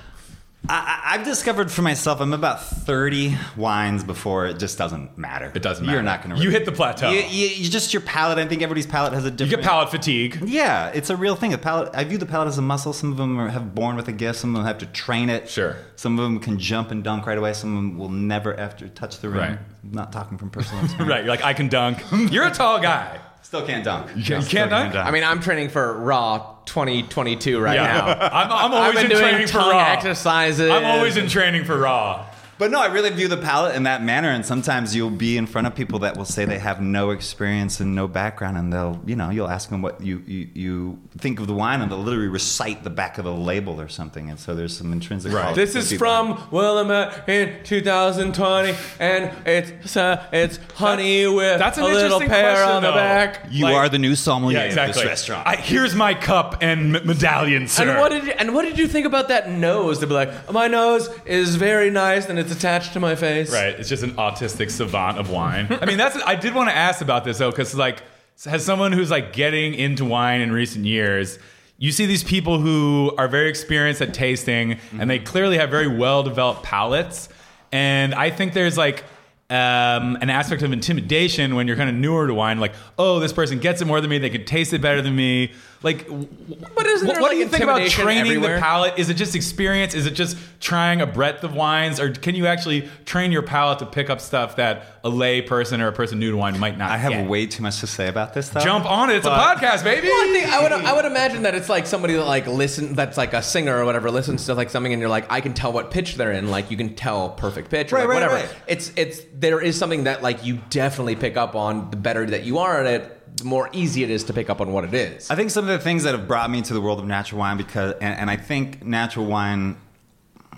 I, I- I've discovered for myself, I'm about 30 wines before it just doesn't matter. It doesn't matter. You're not going to. You hit the plateau. You, You, you, you just your palate. I think everybody's palate has a different. get palate fatigue. Yeah, it's a real thing. The palate. I view the palate as a muscle. Some of them are, have born with a gift. Some of them have to train it. Sure. Some of them can jump and dunk right away. Some of them will never after touch the rim. Right. I'm not talking from personal experience. Right, you're like I can dunk. You're a tall guy. Still can't dunk. You, can't dunk? I mean, I'm training for Raw 2022 right now. I'm, I'm I've always been in doing training for tongue raw. exercises. I'm always in training for raw. but no, I really view the palate in that manner. And sometimes you'll be in front of people that will say they have no experience and no background, and they'll, you know, you'll ask them what you you, you think of the wine, and they'll literally recite the back of the label or something. And so there's some intrinsic. Right. quality This to is people. from Willamette in 2020, and it's uh, it's honey with that's an a little interesting pear question, on the though. back. You like- are the new sommelier Yeah, of exactly. this restaurant. I, here's my cup and m- medallion, sir. And what did you, and what did you think about that nose? To be like, my nose is very nice, and it's attached to my face. right, it's just an autistic savant of wine. I mean, that's. I did want to ask about this though, because like, as someone who's like getting into wine in recent years. You see these people who are very experienced at tasting, and they clearly have very well developed palates. And I think there's like um, an aspect of intimidation when you're kind of newer to wine, like, oh, this person gets it more than me, they can taste it better than me. Like, w- But isn't what, there, what like, do you think about intimidation training everywhere? the palate? Is it just experience? Is it just trying a breadth of wines, or can you actually train your palate to pick up stuff that a lay person or a person new to wine might not? I have get? way too much to say about this, though. jump on it. It's But- a podcast, baby. Well, I think I would I would imagine that it's like somebody that like listen that's like a singer or whatever listens to like something and you're like I can tell what pitch they're in like you can tell perfect pitch or Right, like, right, whatever right. it's it's there is something that like you definitely pick up on the better that you are at it the more easy it is to pick up on what it is. I think some of the things that have brought me to the world of natural wine because, and, and I think natural wine,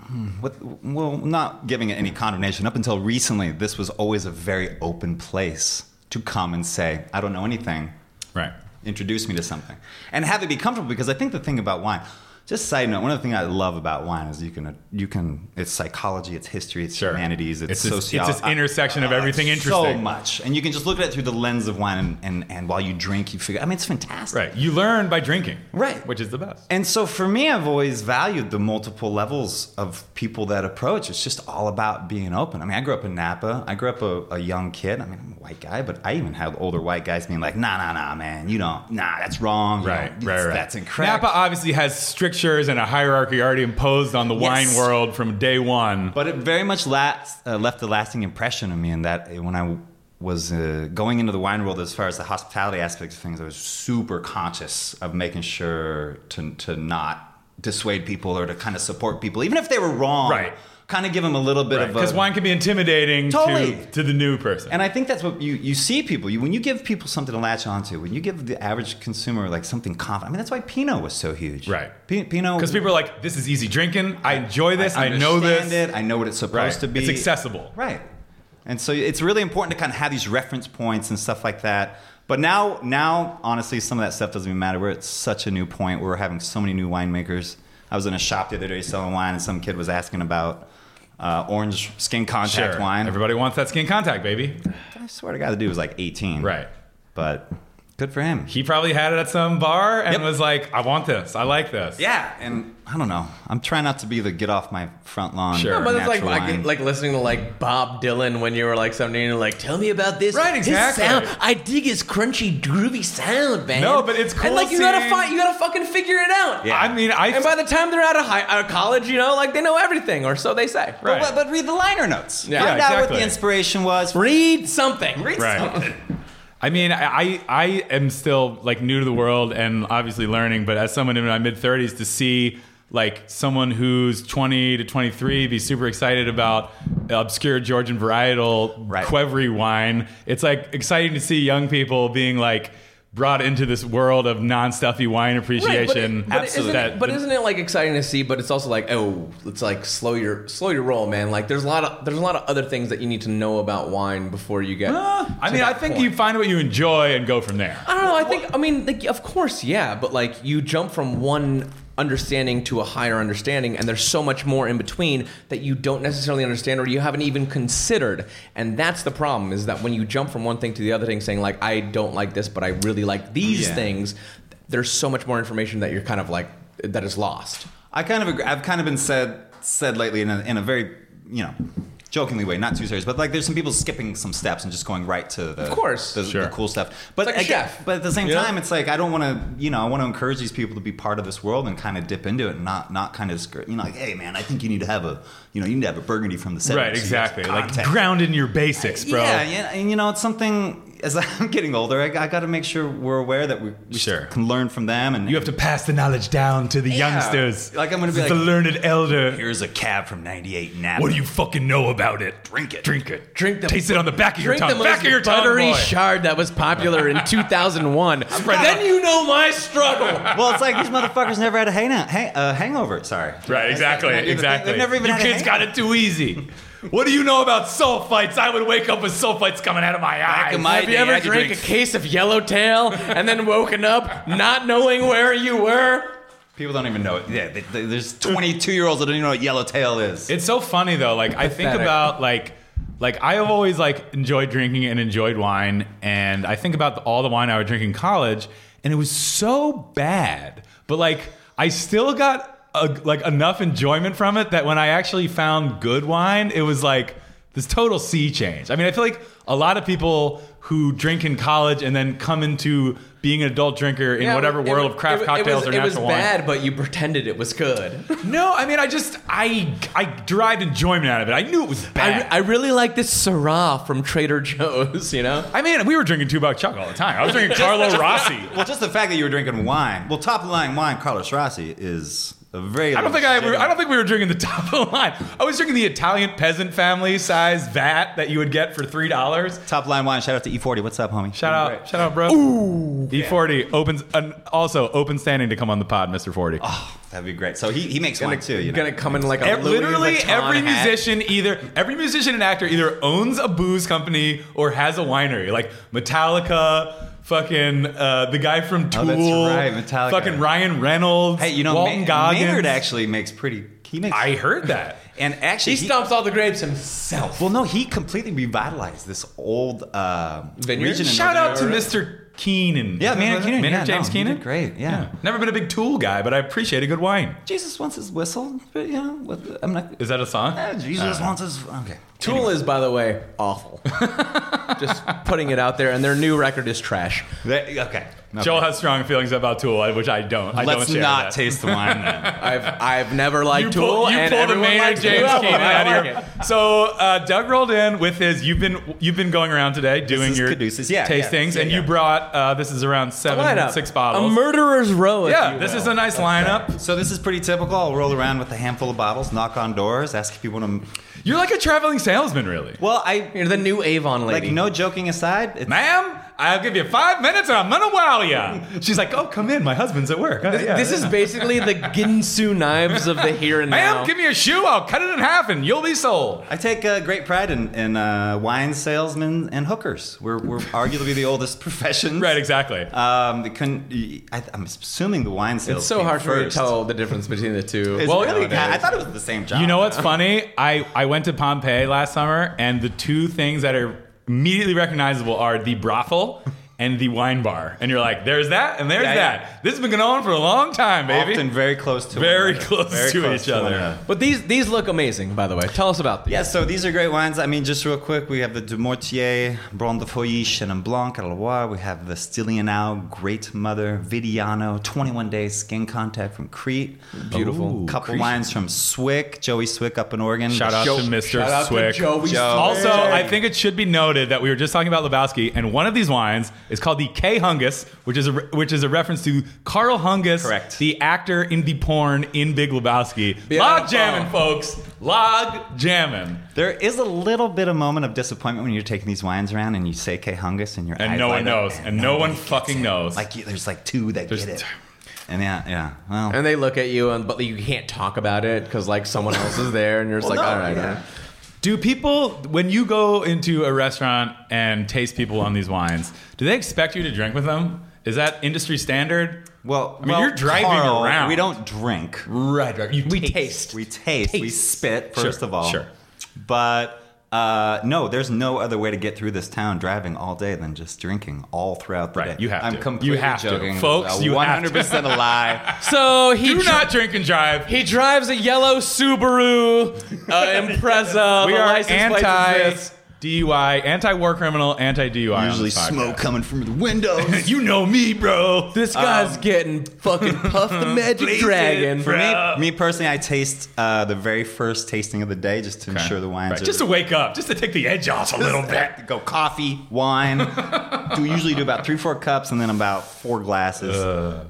hmm, what, well, not giving it any condemnation. Up until recently, this was always a very open place to come and say, I don't know anything. Right. Introduce me to something. And have it be comfortable because I think the thing about wine, just side note, one of the things I love about wine is you can, you can, it's psychology, it's history, it's Sure. humanities, it's, It's this- it's sociology. this intersection of everything So interesting. much. And you can just look at it through the lens of wine and, and, and while you drink, you figure, I mean, it's fantastic. Right. You learn by drinking. Right. Which is the best. And so for me, I've always valued the multiple levels of people that approach. It's just all about being open. I mean, I grew up in Napa. I grew up a, a young kid. I mean, I'm a white guy, but I even had older white guys being like, nah, nah, nah, man, you don't, nah, that's wrong. You Right, don't- right, right. That's incorrect. Napa obviously has strictures and a hierarchy already imposed on the Yes. wine world from day one. But it very much last, uh, left a lasting impression on me in that uh, when I was uh, going into the wine world, as far as the hospitality aspects of things, I was super conscious of making sure to, to not dissuade people or to kind of support people, even if they were wrong. Right. Kind of give them a little bit of a. Because wine can be intimidating Totally. to, to the new person. And I think that's what you, you see people. You, when you give people something to latch onto, when you give the average consumer like something confident, I mean, that's why Pinot was so huge. Right. P- Pinot. Because people are like, this is easy drinking. I enjoy this. I, understand know this. It, I know what it's supposed Right. to be. It's accessible. Right. And so it's really important to kind of have these reference points and stuff like that. But now, now, honestly, some of that stuff doesn't even matter. We're at such a new point where we're having so many new winemakers. I was in a shop the other day selling wine, and some kid was asking about uh, orange skin contact Sure. wine. Everybody wants that skin contact, baby. I swear to God, the dude was like 18. Right. But good for him. He probably had it at some bar and Yep. was like, I want this. I like this. yeah, and I don't know. I'm trying not to be the get off my front lawn. Sure. No, but it's like natural like, wine. like listening to like Bob Dylan when you were like 17 and like tell me about this Right, His exactly. sound, I dig his crunchy groovy sound man No, but it's cool and like you gotta seeing- fight you gotta fucking figure it out Yeah. I mean, I and by the time they're out of high out of college you know like they know everything or so they say Right. But, but read the liner notes. Yeah. Find Yeah, out what exactly. the inspiration was. read something read Right. I mean, I, I I am still like new to the world and obviously learning, but as someone in my mid 30s, to see like someone who's 20 to 23 be super excited about obscure Georgian varietal Right. Quevri wine, it's like exciting to see young people being like brought into this world of non stuffy wine appreciation. Right, but, it- but Isn't it, That- but isn't it like exciting to see? But it's also like, oh, it's like slow your slow your roll, man. Like there's a lot of there's a lot of other things that you need to know about wine before you get. Uh, I to mean, I that think point. you find what you enjoy and go from there. I don't know. I think. I mean, like, of course, yeah. But like, you jump from one understanding to a higher understanding, and there's so much more in between that you don't necessarily understand or you haven't even considered. And that's the problem: is that when you jump from one thing to the other thing, saying like, I don't like this, but I really like these Yeah. things. There's so much more information that you're kind of like that is lost. I kind of agree. I've kind of been said said lately in a, in a very you know jokingly way, not too serious, but like there's some people skipping some steps and just going right to the Of course. the, the Sure. cool stuff. But It's like a again- chef. but at the same You know? time, it's like I don't want to you know I want to encourage these people to be part of this world and kind of dip into it and not not kind of skirt- you know like hey man, I think you need to have a you know you need to have a Burgundy from the 70s. Right, exactly. Like Context. ground in your basics, bro. Yeah, yeah, and you know, it's something. As I'm getting older, I, I got to make sure we're aware that we, we Sure. can learn from them. And You have to pass the knowledge down to the Yeah. youngsters. Like, I'm gonna be It's like- the learned elder. here's a cab from '98. Napa. What do you fucking know about it? Drink it. Drink it. Drink the- Taste it on the back of your Drink tongue. the back most of your tongue, buttery boy. shard that was popular in 2001. then you know my struggle. Well, it's like these motherfuckers never had a hang- hang- uh, hangover. Sorry. Right, exactly, They've exactly. never even you had a kids got it too easy. What do you know about sulfites? I would wake up with sulfites coming out of my eyes. in my Have you day, I ever could drank a drink- case of Yellowtail and then woken up not knowing where you were? People don't even know it. Yeah, they, they, there's 22 year olds that don't even know what yellowtail is. It's so funny though. Like I think Pathetic. about like like I have always like enjoyed drinking and enjoyed wine, and I think about the, all the wine I would drink in college, and it was so bad. But like I still got uh like enough enjoyment from it that when I actually found good wine, it was like this total sea change. I mean, I feel like a lot of people who drink in college and then come into being an adult drinker in whatever world of craft cocktails it, or was- natural It was wine. bad, but you pretended it was good. No, I mean, I just I I derived enjoyment out of it. I knew it was I, bad. I really like this Syrah from Trader Joe's, you know? I mean, we were drinking two buck chuck all the time. I was drinking Carlo Rossi. well, just the fact that you were drinking wine. Well, top of the line wine, Carlos Rossi, is a very. I don't think I ever, I don't think we were drinking the top of the line. I was drinking the Italian peasant family size vat that you would get for three dollars. Top line wine. Shout out to E40. What's up, homie? Shout out, shout out, bro. Ooh, E40 opens an, also open standing to come on the pod, Mister Oh, Forty. That'd be great. So he, he makes wine too. You You're know? gonna come in like a Ev- Louis literally Vuitton every hat. musician either every musician and actor either owns a booze company or has a winery like metallica fucking uh, the guy from tool Oh, that's right, Metallica. fucking ryan reynolds Hey, you know, walton Ma- goggins Maynard actually makes pretty. He makes. i heard that and actually, He stomps all the grapes himself. Well, no, he completely revitalized this old uh, Vineyard? region. in shout Northern out to Ireland. mr keenan Yeah, Maynard Keenan. Maynard Yeah, james no, he keenan did great, yeah. never been a big tool guy but i appreciate a good wine Jesus wants his whistle, but you know, what- I'm not. is that a song Uh, Jesus wants his. Okay. Tool is, by the way, awful. Just putting it out there, and their new record is trash. That- okay. No. joel has strong feelings about tool which i don't i Let's don't share not that. taste the wine then. I've I've never liked You Tool, pull, you and pull the everyone Maynard likes James Tool. Keenan I out don't of like here. it. So uh, Doug rolled in with his. You've been you've been going around today doing is your Caduceus. Yeah, yeah, tastings, yeah, and yeah. you brought uh, this is around seven Lineup. six A bottles. murderer's row. if yeah, you this will. is a nice lineup. so this is pretty typical. I'll roll around with a handful of bottles, knock on doors, ask if people want to. You're like a traveling salesman, really. Well, I You're the new Avon like lady. no joking aside. It's, Ma'am, I'll give you five minutes, and I'm gonna wow you. She's like, "Oh, come in. My husband's at work." Uh, yeah, this is yeah. basically the Ginsu knives of the here and now. Ma'am, give me a shoe. I'll cut it in half, and you'll be sold. I take uh, great pride in, in uh, wine salesmen and hookers. We're, we're arguably the oldest profession. Right, exactly. Um, the con- I, I'm assuming the wine sales. it's so came hard for me to first. tell the difference between the two. It's Well, really, nowadays. I thought it was the same job. You know what's funny? I, I went to Pompeii last summer, and the two things that are immediately recognizable are the brothel and the wine bar. And you're like, there's that, and there's Yeah, yeah. that. This has been going on for a long time, baby. Often very close to one Very another. close to each one other. but these these look amazing, by the way. Tell us about these. Yeah, so these are great wines. I mean, just real quick, we have the Dumortier, Blanc de Feuilly, Chenin Blanc, at Loire. We have the Stillionau, Great Mother, Vidiano, 21 Day Skin Contact from Crete. Beautiful. A couple wines from Swick, Joey Swick up in Oregon. Shout out to Mr. Shout out to Swick. Joey Joe. Swick. Also, I think it should be noted that we were just talking about Lebowski, and one of these wines is called the K Hungus, which is a re- which is a reference to Carl Hungus, Correct. the actor in the porn in Big Lebowski. Yeah. Log Oh. jamming, folks. Log jamming. There is a little bit of moment of disappointment when you're taking these wines around and you say K Hungus and your And eyes no one light up knows. And no one gets fucking it. knows. Like you, there's like two that There's- get it. And yeah, yeah. Well, And they look at you, and but you can't talk about it because like someone else is there, and you're just Well, like, no, all right, yeah. all right. Do people, when you go into a restaurant and taste people on these wines, do they expect you to drink with them? Is that industry standard? well, I mean, well, you're driving Carl, around. We don't drink. Right, right. You we taste. We taste, we Taste. spit Sure, first of all. sure. But uh, no, there's no other way to get through this town driving all day than just drinking all throughout the Right, day. you have I'm to. completely You have to. joking. Folks, Uh, you have to. 100% a lie. So he Do dri- not drink and drive. he drives a yellow Subaru uh, Impreza. We The are license plate is anti this. DUI, anti war criminal, anti DUI. Usually smoke coming from the windows. You know me, bro. This guy's getting fucking Puff the Magic Blaze Dragon. it, For me, Bro. me personally, I taste uh, the very first tasting of the day just to ensure the wines Right. are Just to wake up, just to take the edge off a little bit. Go coffee, wine. do usually do about three, four cups, and then about four glasses.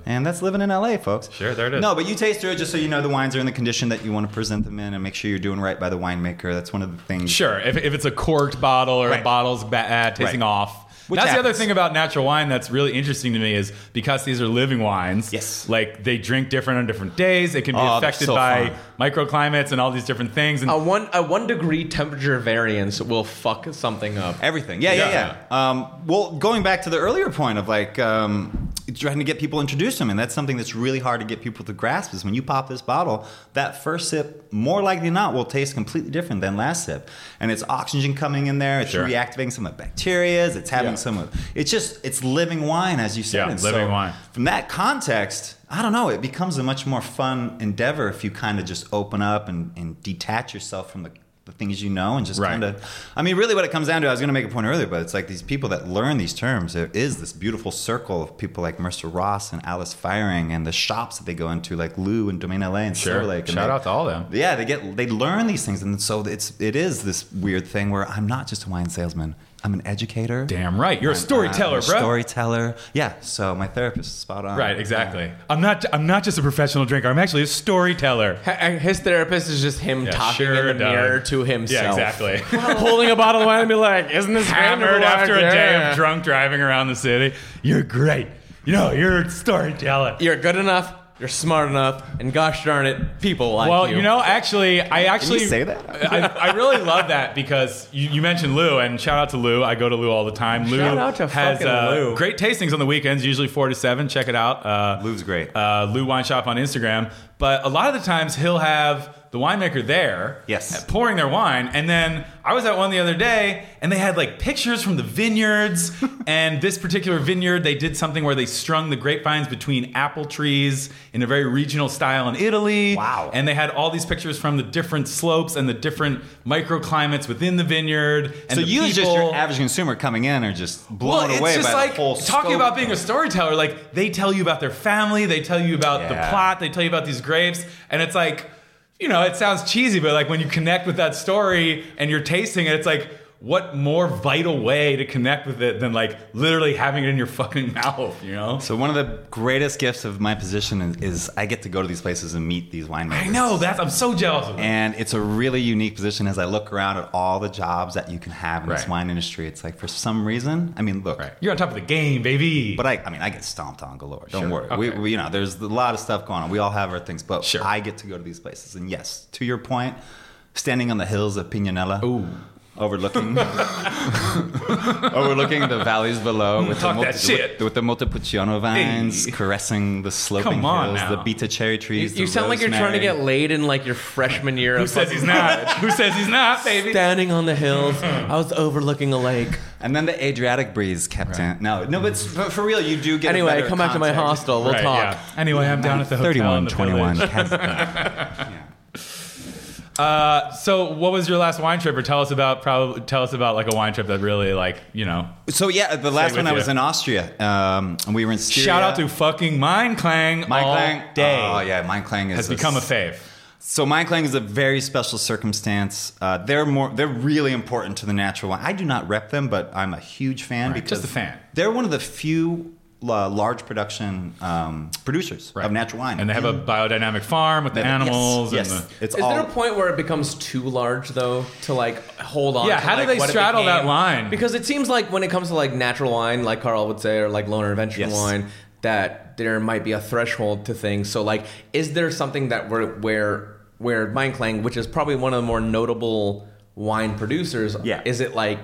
and that's living in LA, folks. Uh. Sure, there it is. No, but you taste through it just so you know the wines are in the condition that you want to present them in, and make sure you're doing right by the winemaker. That's one of the things. Sure, if, if it's a corked bottle or a Right. bottle's ba- uh, tasting Right. off. Which that's the other happens. thing about natural wine that's really interesting to me is because these are living wines. Yes. like they drink different on different days. It can be Oh, they're affected so by fun. Oh, microclimates and all these different things. And A one a one degree temperature variance will fuck something up. Everything. Yeah, yeah, Yeah. yeah. Um, well, going back to the earlier point of like um, trying to get people introduced to them, and that's something that's really hard to get people to grasp is when you pop this bottle, that first sip, more likely than not, will taste completely different than last sip. And it's oxygen coming in there, it's Sure. reactivating some of the bacteria, it's having Yeah. some of it's just, it's living wine, as you said. Yeah, And living wine. From that context, I don't know, it becomes a much more fun endeavor if you kind of just open up and, and detach yourself from the, the things you know and just Right. kind of I mean, really, what it comes down to, I was going to make a point earlier, but it's like these people that learn these terms. There is this beautiful circle of people like Mercer Ross and Alice Firing, and the shops that they go into, like Lou and Domaine LA and sure, Silver Lake. and shout they- out to all of them. Yeah, they get they learn these things, and so it's it is this weird thing where I'm not just a wine salesman. I'm an educator. Damn right. You're a I'm- storyteller, I'm a bro. Storyteller. Yeah. So my therapist is spot on. Right, exactly. I'm not. I'm not just a professional drinker. I'm actually a storyteller. H- and His therapist is just him Yeah, talking sure, in the dog. mirror to himself. Yeah, exactly. Holding a bottle of wine and be like, "Isn't this Hammered wonderful?" after a Yeah. day of drunk driving around the city. You're great. You know, you're a storyteller. You're good enough. You're smart enough. And gosh darn it, people like Well, you. you know, actually, I actually say that? I, I really love that because you, you mentioned Lou, and shout out to Lou. I go to Lou all the time. Lou Shout out to has fucking uh, Lou. great tastings on the weekends, usually four to seven. Check it out. Uh, Lou's great. Uh, Lou Wine Shop on Instagram. But a lot of the times, he'll have the winemaker there, Yes. pouring their wine, and then I was at one the other day, and they had like pictures from the vineyards, and this particular vineyard, they did something where they strung the grapevines between apple trees in a very regional style in Italy. Wow. And they had all these pictures from the different slopes and the different microclimates within the vineyard. And so the you as just people. your average consumer coming in are just blown it's away just by like the whole talking scope. about being a storyteller. Like they tell you about their family, they tell you about the Yeah. plot, they tell you about these grapes, and it's like, you know, it sounds cheesy, but like when you connect with that story and you're tasting it, it's like. What more vital way to connect with it than like literally having it in your fucking mouth, you know? So one of the greatest gifts of my position is, is I get to go to these places and meet these winemakers. I know that's I'm so jealous of that. And it's a really unique position as I look around at all the jobs that you can have in Right. this wine industry. It's like for some reason, I mean, look, You're on top of the game, baby. But I, I mean, I get stomped on galore. Don't Sure. worry. We, Okay. we, you know, there's a lot of stuff going on. We all have our things, but Sure. I get to go to these places. And yes, to your point, standing on the hills of Pinanella, overlooking, overlooking the valleys Mm, below with Talk the that shit. With, with the Montepulciano vines, caressing the sloping Come on hills, now. the beta cherry trees. You the sound like you're trying to rosemary. get laid in like your freshman year. Who of says fucking he's not? Who says he's not, baby? Standing on the hills, I was overlooking a lake. And then the Adriatic breeze kept in. No, no, but it's, for, for real, you do get. a Anyway, better come back to my context. hostel. We'll Right, talk. yeah. Anyway, I'm down at the hotel. in Thirty-one, the twenty-one. village. Uh, so what was your last wine trip or tell us about probably tell us about like a wine trip that really like you know So yeah, the last with one I you. was in Austria, um, and we were in Styria. shout out to fucking mine clang Mein all Klang. day Oh yeah, Mein Klang is has become a fave So Mein Klang is a very special circumstance. Uh, they're more they're really important to the natural wine. I do not rep them, but I'm a huge fan because just a fan. They're one of the few uh, large production um, producers of natural wine, and they have a biodynamic farm with the Yes, animals Yes, and the it's Is all. there a point where it becomes too large though to like hold on? Yeah, to, how do like, they what it straddle that became? line? Because it seems like when it comes to like natural wine, like Carl would say, or like loner adventure Yes. wine, that there might be a threshold to things. So like, is there something that we're where where Mein Klang, which is probably one of the more notable wine producers, Yeah. is it like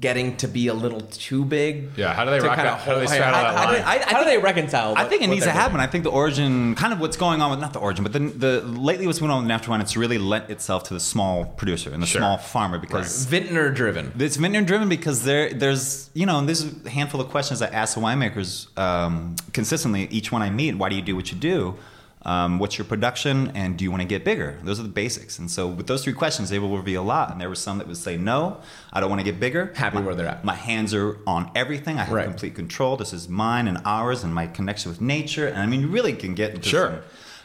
getting to be a little too big? Yeah, how do they to rock kinda that- how do they hold- straddle how- that how do- line? I- I how do they reconcile? I what- think it what needs to they're doing? happen. I think the origin, kind of what's going on with not the origin, but the, the lately what's going on with natural wine, it's really lent itself to the small producer and the Sure. small farmer because Vintner driven. It's vineyard driven because there, there's you know, and there's a handful of questions I ask the winemakers um, consistently. Each one I meet, why do you do what you do? Um, what's your production, and do you want to get bigger? Those are the basics. And so with those three questions, they will reveal a lot. And there were some that would say, no, I don't want to get bigger. Happy My- where they're at. My hands are on everything. I have Right. complete control. This is mine and ours, and my connection with nature. And I mean, you really can get into Sure. some-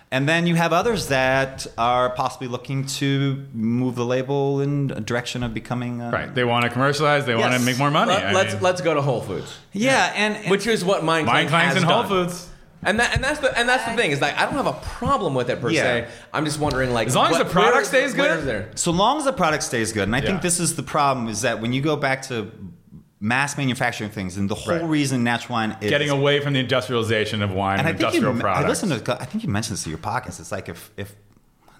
and then you have others that are possibly looking to move the label in a direction of becoming uh, right they want to commercialize they want to Yes. make more money I Let, let's mean, let's go to Whole Foods. Yeah, and, and which is what mine mine clang's has in Whole done. Foods And that and that's the and that's the thing is like I don't have a problem with it per Yeah. se. I'm just wondering like As long as what- the product where- stays good? where is there? so long as the product stays good, and I Yeah. think this is the problem is that when you go back to mass manufacturing things, and the whole Right. reason natural wine is getting away from the industrialization of wine and, and I think you, industrial I products listened to I think you mentioned this to your podcast. It's like if if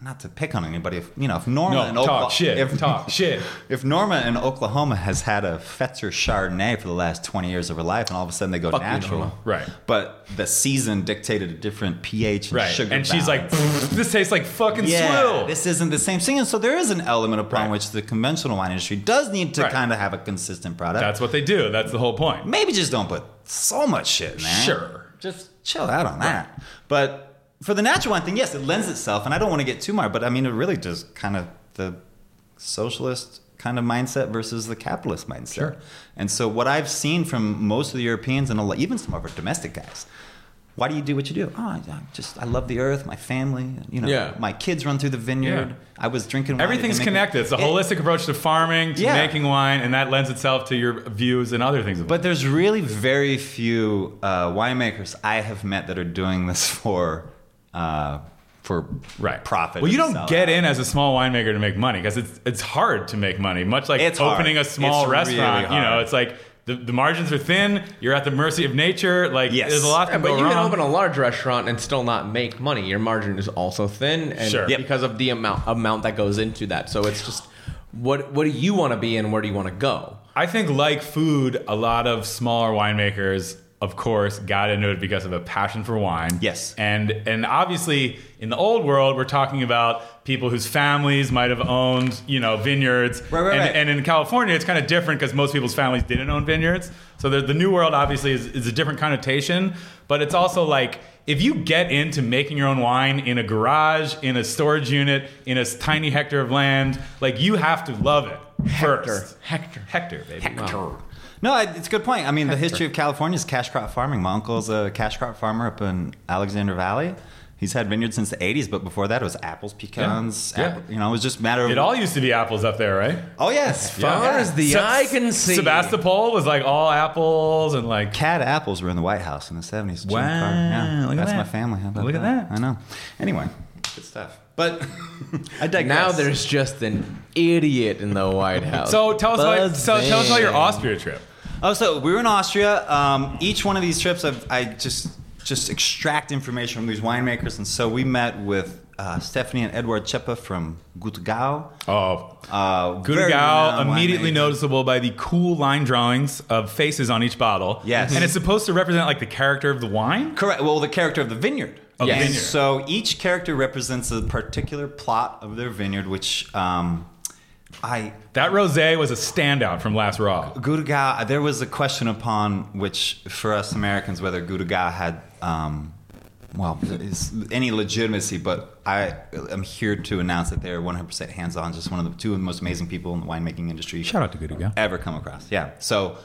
not to pick on anybody, if you know if Norma no in talk Oklahoma, shit if talk shit If Norma in Oklahoma has had a Fetzer Chardonnay for the last 20 years of her life, and all of a sudden they go Fuck you, natural, Norma. Right. But the season dictated a different pH and right sugar, and she's like balance. this tastes like fucking swill This isn't the same thing. And so there is an element upon Right. which the conventional wine industry does need to Right. kind of have a consistent product. that's what they do that's the whole point Maybe just don't put so much shit, man. Sure. Just chill out on that. But for the natural wine thing, yes, it lends itself. And I don't want to get too much, but I mean, it really just kind of the socialist kind of mindset versus the capitalist mindset. Sure. And so what I've seen from most of the Europeans and a lot- even some of our domestic guys, why do you do what you do? Oh, I, I just I love the earth, my family. You know, Yeah. my kids run through the vineyard. Yeah. I was drinking. wine. Everything's It can make me- connected. It's a It- holistic approach to farming, to Yeah. making wine, and that lends itself to your views and other things. But there's really very few uh, winemakers I have met that are doing this for uh, for right. profit. Well, you and don't sell get out. in as a small winemaker to make money because it's it's hard to make money. Much like It's hard. opening a small It's really restaurant, you know, hard. it's like the, the margins are thin. You're at the mercy of nature. Like Yes. there's a lot Yeah, to but go you wrong. can open a large restaurant and still not make money. Your margin is also thin, and Sure. Yep. because of the amount amount that goes into that. So it's just what what do you want to be and where do you want to go? I think, like food, a lot of smaller winemakers, of course, got into it because of a passion for wine. Yes. and and obviously, in the old world, we're talking about people whose families might have owned, you know, vineyards. Right, right, and, right. and in California, it's kind of different because most people's families didn't own vineyards. So the, the new world obviously is, is a different connotation, but it's also like. If you get into making your own wine in a garage, in a storage unit, in a tiny hectare of land, like you have to love it first. Hector. Hector, baby. No, I- it's a good point. I mean, the history of California is cash crop farming. My uncle's a cash crop farmer up in Alexander Valley. He's had vineyards since the 80s, but before that it was apples, pecans, Yeah. apple- you know, it was just a matter of It all used to be apples up there, right? Oh yes, Far Yeah. as the Se- eye can see, Sebastopol was like all apples and like Cad apples were in the White House in the 70s. Jim Wow, Carter. Yeah, look at that's that. my family. How about Look at that. I know. Anyway, good stuff. But I digress. Now there's just an idiot in the White House. So tell us about so tell us about your Buzzing. Austria trip. Oh, so we were in Austria. Um, each one of these trips, I've, I just just extract information from these winemakers, and so we met with uh, Stephanie and Edward Chepa from Gutgau. Oh, Uh, very Gutgau renowned immediately winemaker. noticeable by the cool line drawings of faces on each bottle. Yes. and it's supposed to represent like the character of the wine. Correct. Well, the character of the vineyard. Of the And vineyard. So each character represents a particular plot of their vineyard, which um, I That rosé was a standout from last raw. Gutgau. There was a question upon which, for us Americans, whether Gutgau had. Um, well, is any legitimacy, but I am here to announce that they're 100% hands on. Just one of the two of the most amazing people in the winemaking industry. Shout out to Gutgau. Ever come across. Yeah. So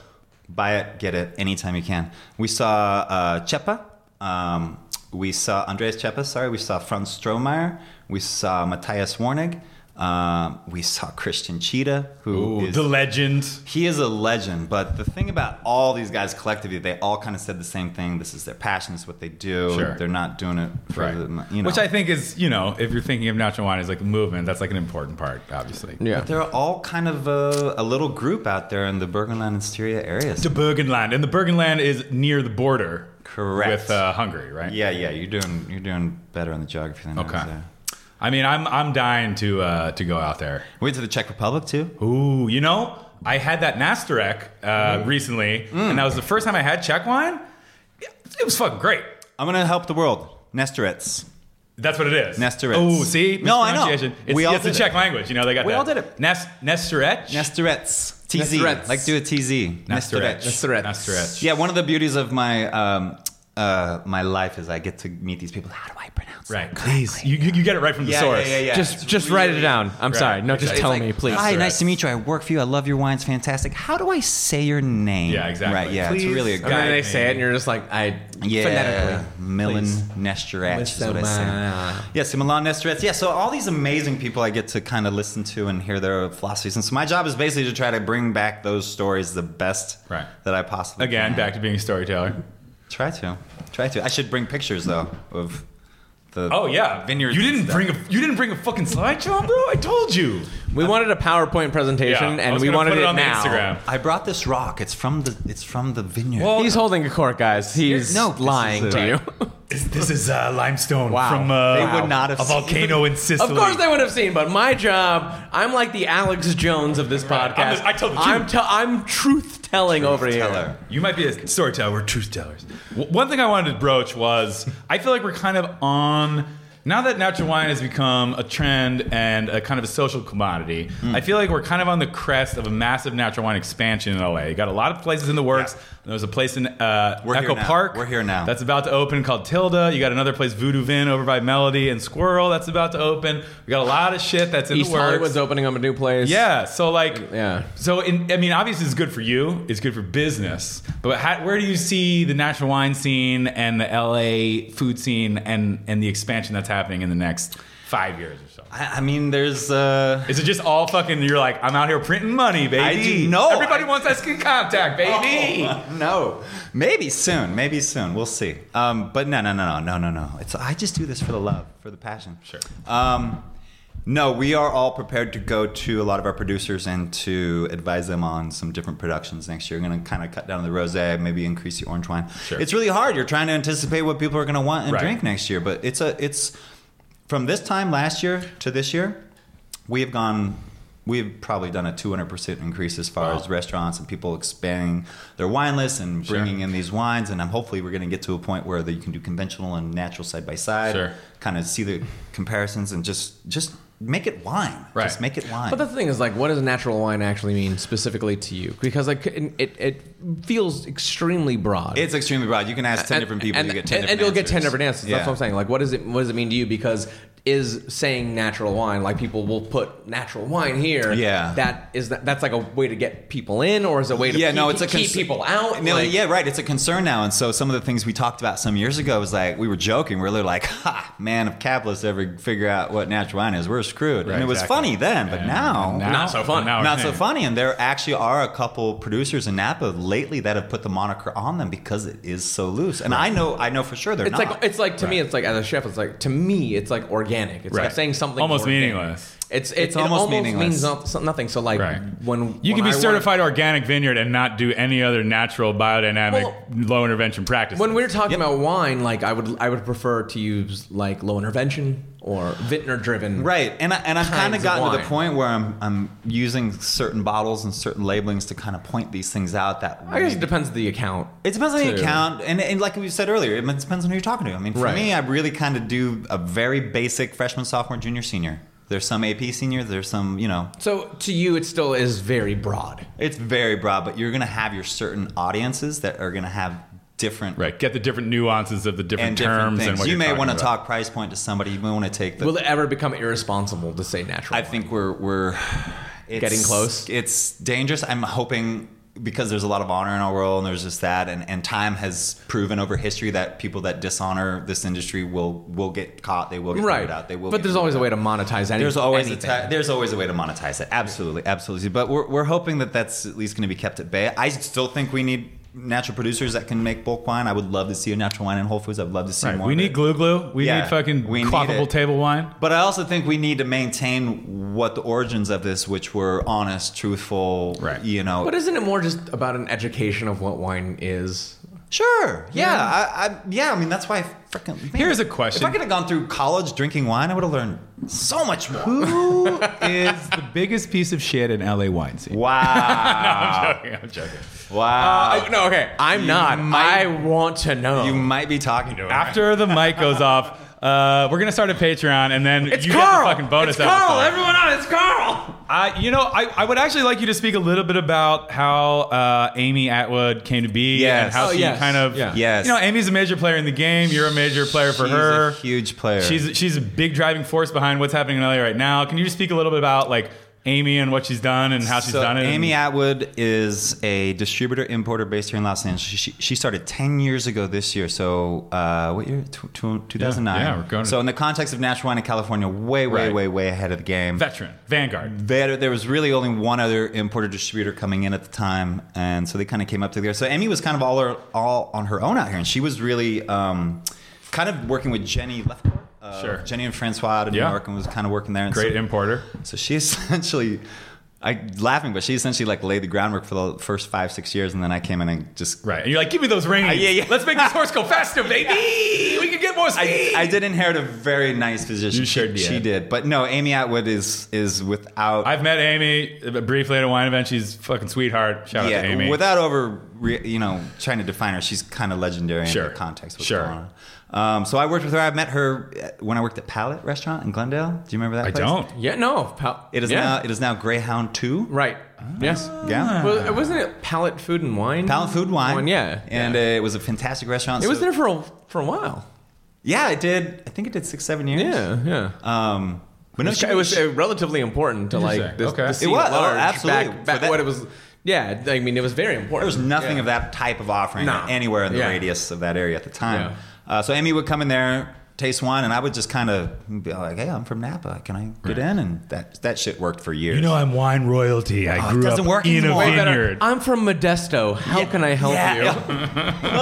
buy it, get it anytime you can. We saw uh, Chepa. Um, we saw Andreas Chepa, sorry. We saw Franz Strohmeyer. We saw Matthias Warnig. Um, we saw Christian Cheetah, who Ooh, is the legend. he is a legend, but the thing about all these guys collectively, they all kind of said the same thing. This is their passion. It's what they do. Sure. They're not doing it for the, you know. Which I think is, you know, if you're thinking of natural wine as like a movement, that's like an important part, obviously. yeah. But they're all kind of a, a little group out there in the Burgenland and Styria areas. To Burgenland, and the Burgenland is near the border, Correct. with uh, Hungary, right? yeah, yeah, you're doing you're doing better on the geography than I Okay. was. There. I mean, I'm I'm dying to uh, to go out there. We went to the Czech Republic too. Ooh, you know, I had that Nastarek uh, Mm-hmm. recently, Mm. and that was the first time I had Czech wine. It was fucking great. I'm gonna help the world. Nestoretz. That's what it is. Nestorets. Oh, see, No, I know. Mispronunciation. It's, We all it's the did it. Czech language. You know, they got We that. all did it. Nes Nestarec. Nestoretz. TZ. Nestoretz. Like do a TZ. Nestorec. Nestoretz. Nestorec. Nestorec. Yeah, one of the beauties of my um, uh, my life is I get to meet these people. How do I pronounce Right. it? Please, you, you you get it right from the Yeah, source. yeah, yeah, yeah. just It's just write it really- down. I'm Right. sorry. No, just It's tell like- me, please. Hi, Correct. nice to meet you. I work for you. I love your wines. Fantastic. How do I say your name? Yeah, exactly. Right, yeah, Please. it's really a and then Guide guy. they me. say it, and you're just like, I Yeah, phonetically. Milan Please. Nestoretz is Mr. what I Milan. say. Yeah, so Milan Nestoretz. Yeah, so all these amazing people I get to kind of listen to and hear their philosophies. And so my job is basically to try to bring back those stories the best Right. that I possibly Again, can. back to being a storyteller. Try to. Try to. I should bring pictures, though, of the. Oh yeah, vineyard. You didn't bring a you didn't bring a fucking slideshow, bro. I told you. We wanted a PowerPoint Yeah, presentation, I and was we gonna wanted put it, it, on the now. Instagram. I brought this rock. It's from the it's from the vineyard. Well, He's holding a cork, guys. He's No, this lying is to a- you. This, this is uh, limestone Wow. from uh, They would not have a seen- volcano in Of Sicily. course they would have seen, but my job, I'm like the Alex Jones of this Right. I'm podcast. the- I tell the I'm, truth. te- I'm truth telling over teller. here. You might be a storyteller. We're truth tellers. W- one thing I wanted to broach was I feel like we're kind of on. Now that natural wine has become a trend and a kind of a social commodity, Hmm. I feel like we're kind of on the crest of a massive natural wine expansion in LA. You got a lot of places in the works, There's a place in uh, We're here Echo now. Park. We're here now. That's about to open called Tilda. You got another place, Voodoo Vin, over by Melody and Squirrel. That's about to open. We got a lot of shit that's in East the works. Hollywood's opening up a new place. Yeah. So like. Yeah. So in, I mean, obviously, it's good for you. It's good for business. But how, where do you see the national wine scene and the LA food scene and and the expansion that's happening in the next five years or so? I, I mean, there's. Uh, Is it just all fucking? You're like, I'm out here printing money, baby. do- Oh. no, Everybody I- wants that skin contact, baby. no, maybe soon, maybe soon. We'll see. Um, but no, no, no, no, no, no, no. It's I just do this for the love, for the passion. Sure. Um, no, we are all prepared to go to a lot of our producers and to advise them on some different productions next year. We're going to kind of cut down the rosé, maybe increase the orange wine. Sure. It's really hard. You're trying to anticipate what people are going to want and Right. drink next year, but it's a it's from this time last year to this year, we have gone. We've probably done a 200% increase as far Wow. as restaurants and people expanding their wine lists and Sure. bringing in these wines. And I'm hopefully we're going to get to a point where that you can do conventional and natural side by side Sure. kind of see the comparisons and just just make it wine. Right. Just make it wine. But the thing is, like, what does natural wine actually mean specifically to you? Because like, it it feels extremely broad. it's extremely broad. You can ask ten And- different people, and, you get ten and, different and you'll get ten answers. different answers. Yeah. That's what I'm saying. Like, what does it what does it mean to you? Because is saying natural wine like people will put natural wine here? Yeah. that is that, that's like a way to get people in, or is a way to yeah, keep, no, it's a keep cons- people out. No, Like, yeah, right. It's a concern now, and so some of the things we talked about some years ago was like we were joking. We're literally like, "Ha, man, if capitalists ever figure out what natural wine is, we're screwed." Right, and it was exactly. funny then, but And now, now- Not so fun. now not it's so in. funny. And there actually are a couple producers in Napa lately that have put the moniker on them because it is so loose. And I know, I know for sure they're It's not. like it's like to me, it's like as a chef, it's like to me, it's like organic. It's Right. like saying something Almost organic. meaningless. It's it, It's it almost almost, meaningless. means no- so- nothing. So like Right. when You when can be I wanna- certified organic vineyard and not do any other natural biodynamic Well, low intervention practice. When we're talking about wine, like I would, I would prefer to use like low intervention or vintner driven. Right, and I, and I've kinds kind of of gotten to the wine. point where I'm I'm using certain bottles and certain labelings to kind of point these things out. That I guess we- it depends on the account. It depends on the too. account, and, and like we said earlier, it depends on who you're talking to. I mean, for Right. me, I really kind of do a very basic freshman, sophomore, junior, senior. There's some AP seniors. There's some, you know, So to you, it still is very broad. it's very broad, but you're gonna have your certain audiences that are gonna have different right, get the different nuances of the different and different terms things. and what you you're may talking want to about. talk price point to somebody. You may want to take the. Will it ever become irresponsible to say natural? I think we're we're it's, Getting close? It's dangerous. I'm hoping because there's a lot of honor in our world, and there's just that, and, and time has proven over history that people that dishonor this industry will will get caught. They will get right. voted out. They will. but get there's voted always a out. way to monetize any, There's always a anything. ti- there's always a way to monetize it. Absolutely, absolutely. But we're, we're hoping that that's at least going to be kept at bay. I still think we need natural producers that can make bulk wine. I would love to see a natural wine in Whole Foods. I'd love to see Right, more. we of need it. glue glue. We Yeah, need fucking we need quaffable it. table wine. But I also think we need to maintain what the origins of this, which were honest, truthful. Right. You know. But isn't it more just about an education of what wine is? sure. Yeah. I, I. Yeah. I mean, that's why. I freaking. man, Here's a question. If I could have gone through college drinking wine, I would have learned so much more. Who is the biggest piece of shit in LA wine scene? Wow. I'm joking. I'm joking. Wow. I- no, okay, I'm not. Uh, might- I want to know. you might be talking to him. After the mic goes off, uh, we're gonna start a Patreon, and then it's you get Carl. the fucking bonus it's Carl. episode. Everyone on. It's Carl. I, you know, I, I would actually like you to speak a little bit about how uh, Amy Atwood came to be and Yes. how Oh, she yes. kind of, Yeah. Yes. you know, Amy's a major player in the game. You're a major player for She's her. a huge player. she's she's a big driving force behind what's happening in LA right now. Can you just speak a little bit about like Amy and what she's done and how she's so done it? Amy Atwood is a distributor importer based here in Los Angeles. She, she, she started 10 years ago this year. So, uh, what year? Tw- tw- 2009. yeah, we're going to- so, in the context of natural wine in California, way, way, Right. way, way ahead of the game. veteran, vanguard. There, there was really only one other importer distributor coming in at the time, and so they kind of came up together. So Amy was kind of all her, all on her own out here, and she was really um, kind of working with Jenny Lefcourt, uh, Sure. Jenny and Francois out of Yeah. New York, and was kind of working there. And Great so- importer. so she essentially, I laughing, but she essentially like laid the groundwork for the first five six years, and then I came in and just Right. And you're like, give me those rings. yeah, yeah. Let's make this horse go faster, baby. We can get more I, speed. I did inherit a very nice position. You sure she, did. she did, but no, Amy Atwood is is without uh, I've met Amy briefly at a wine event. She's a fucking sweetheart. Shout out to Amy. without over re, you know, trying to define her, she's kind of legendary Sure. in the context. What's Sure. Going on. Um, so I worked with her. I met her at- when I worked at Palette Restaurant in Glendale. Do you remember that? I place? don't. Yeah, no. Pal- It is yeah. Ah. now. It is now Greyhound Two. Right. Yes. Yeah. Well, wasn't it Palette Food and Wine? Palette Food Wine. yeah. And Yeah. Uh, it was a fantastic restaurant. it was So- there for a, for a while. Yeah, it did. I think it did six, seven years. Yeah, yeah. Um, but it no, was, she- it was she- uh, relatively important to like Interesting. this, Okay. the It scene was, at oh, large, absolutely. Back, back For that- what it was. Yeah, I mean, it was very important. There was nothing of that type of offering No. anywhere in the Yeah. radius of that area at the time. Yeah. Uh, so Amy would come in there, taste wine, and I would just kind of be like, "Hey, I'm from Napa. Can I Right. get in?" And that that shit worked for years. You know, I'm wine royalty. I Oh, it grew up doesn't work in a anymore. Way better. Ah, vineyard. I'm from Modesto. How can I help Yeah. you?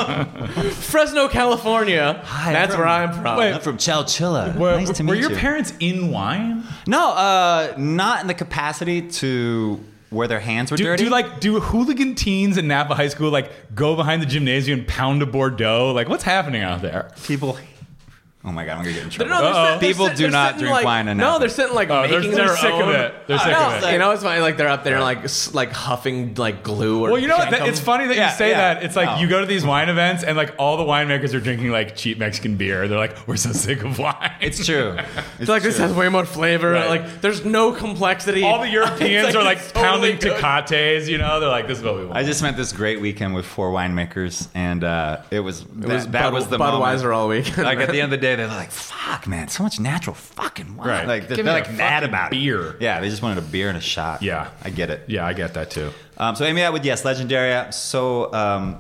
Fresno, California. Hi, I'm That's from- where I'm from. Wait. I'm from Chowchilla. Were, nice to meet were your you. parents in wine? No, uh, not in the capacity to where their hands were Do, dirty. do like do hooligan teens in Napa High School like go behind the gymnasium and pound a Bordeaux? Like what's happening out there? people. Oh my god, I'm gonna get in They're- trouble. no, they're Uh-oh. sitting- they're People sit- do they're not sitting, drink like- wine in No, Napa. they're sitting like Oh, they're- making they're their sick of own- it. They're sick no, of it. You know, it's funny. Like they're up there, like s- like huffing like glue. Or Well, you know what? jankum. That, it's funny that Yeah, you say yeah. Oh. that. It's like No. you go to these wine events and like all the winemakers are drinking like cheap Mexican beer. They're like, we're so sick of wine. It's true. It's It's like this true. has way more flavor. Right. Like there's no complexity. all the Europeans It's are like it's pounding totally good. tecates. You know, they're like, this is what we want. I just spent this great weekend with four winemakers, and uh, it was that, It was that Bud- was the Budweiser moment. all week. like at the end of the day, they're like, "Fuck, man, so much natural fucking wine." Right. Like Give they're, me a like mad fucking about it. beer. Yeah, they just wanted a beer and a shot. Yeah. I get it. yeah, I get that too. Um, so Amy Atwood, yes, legendary. I'm So um,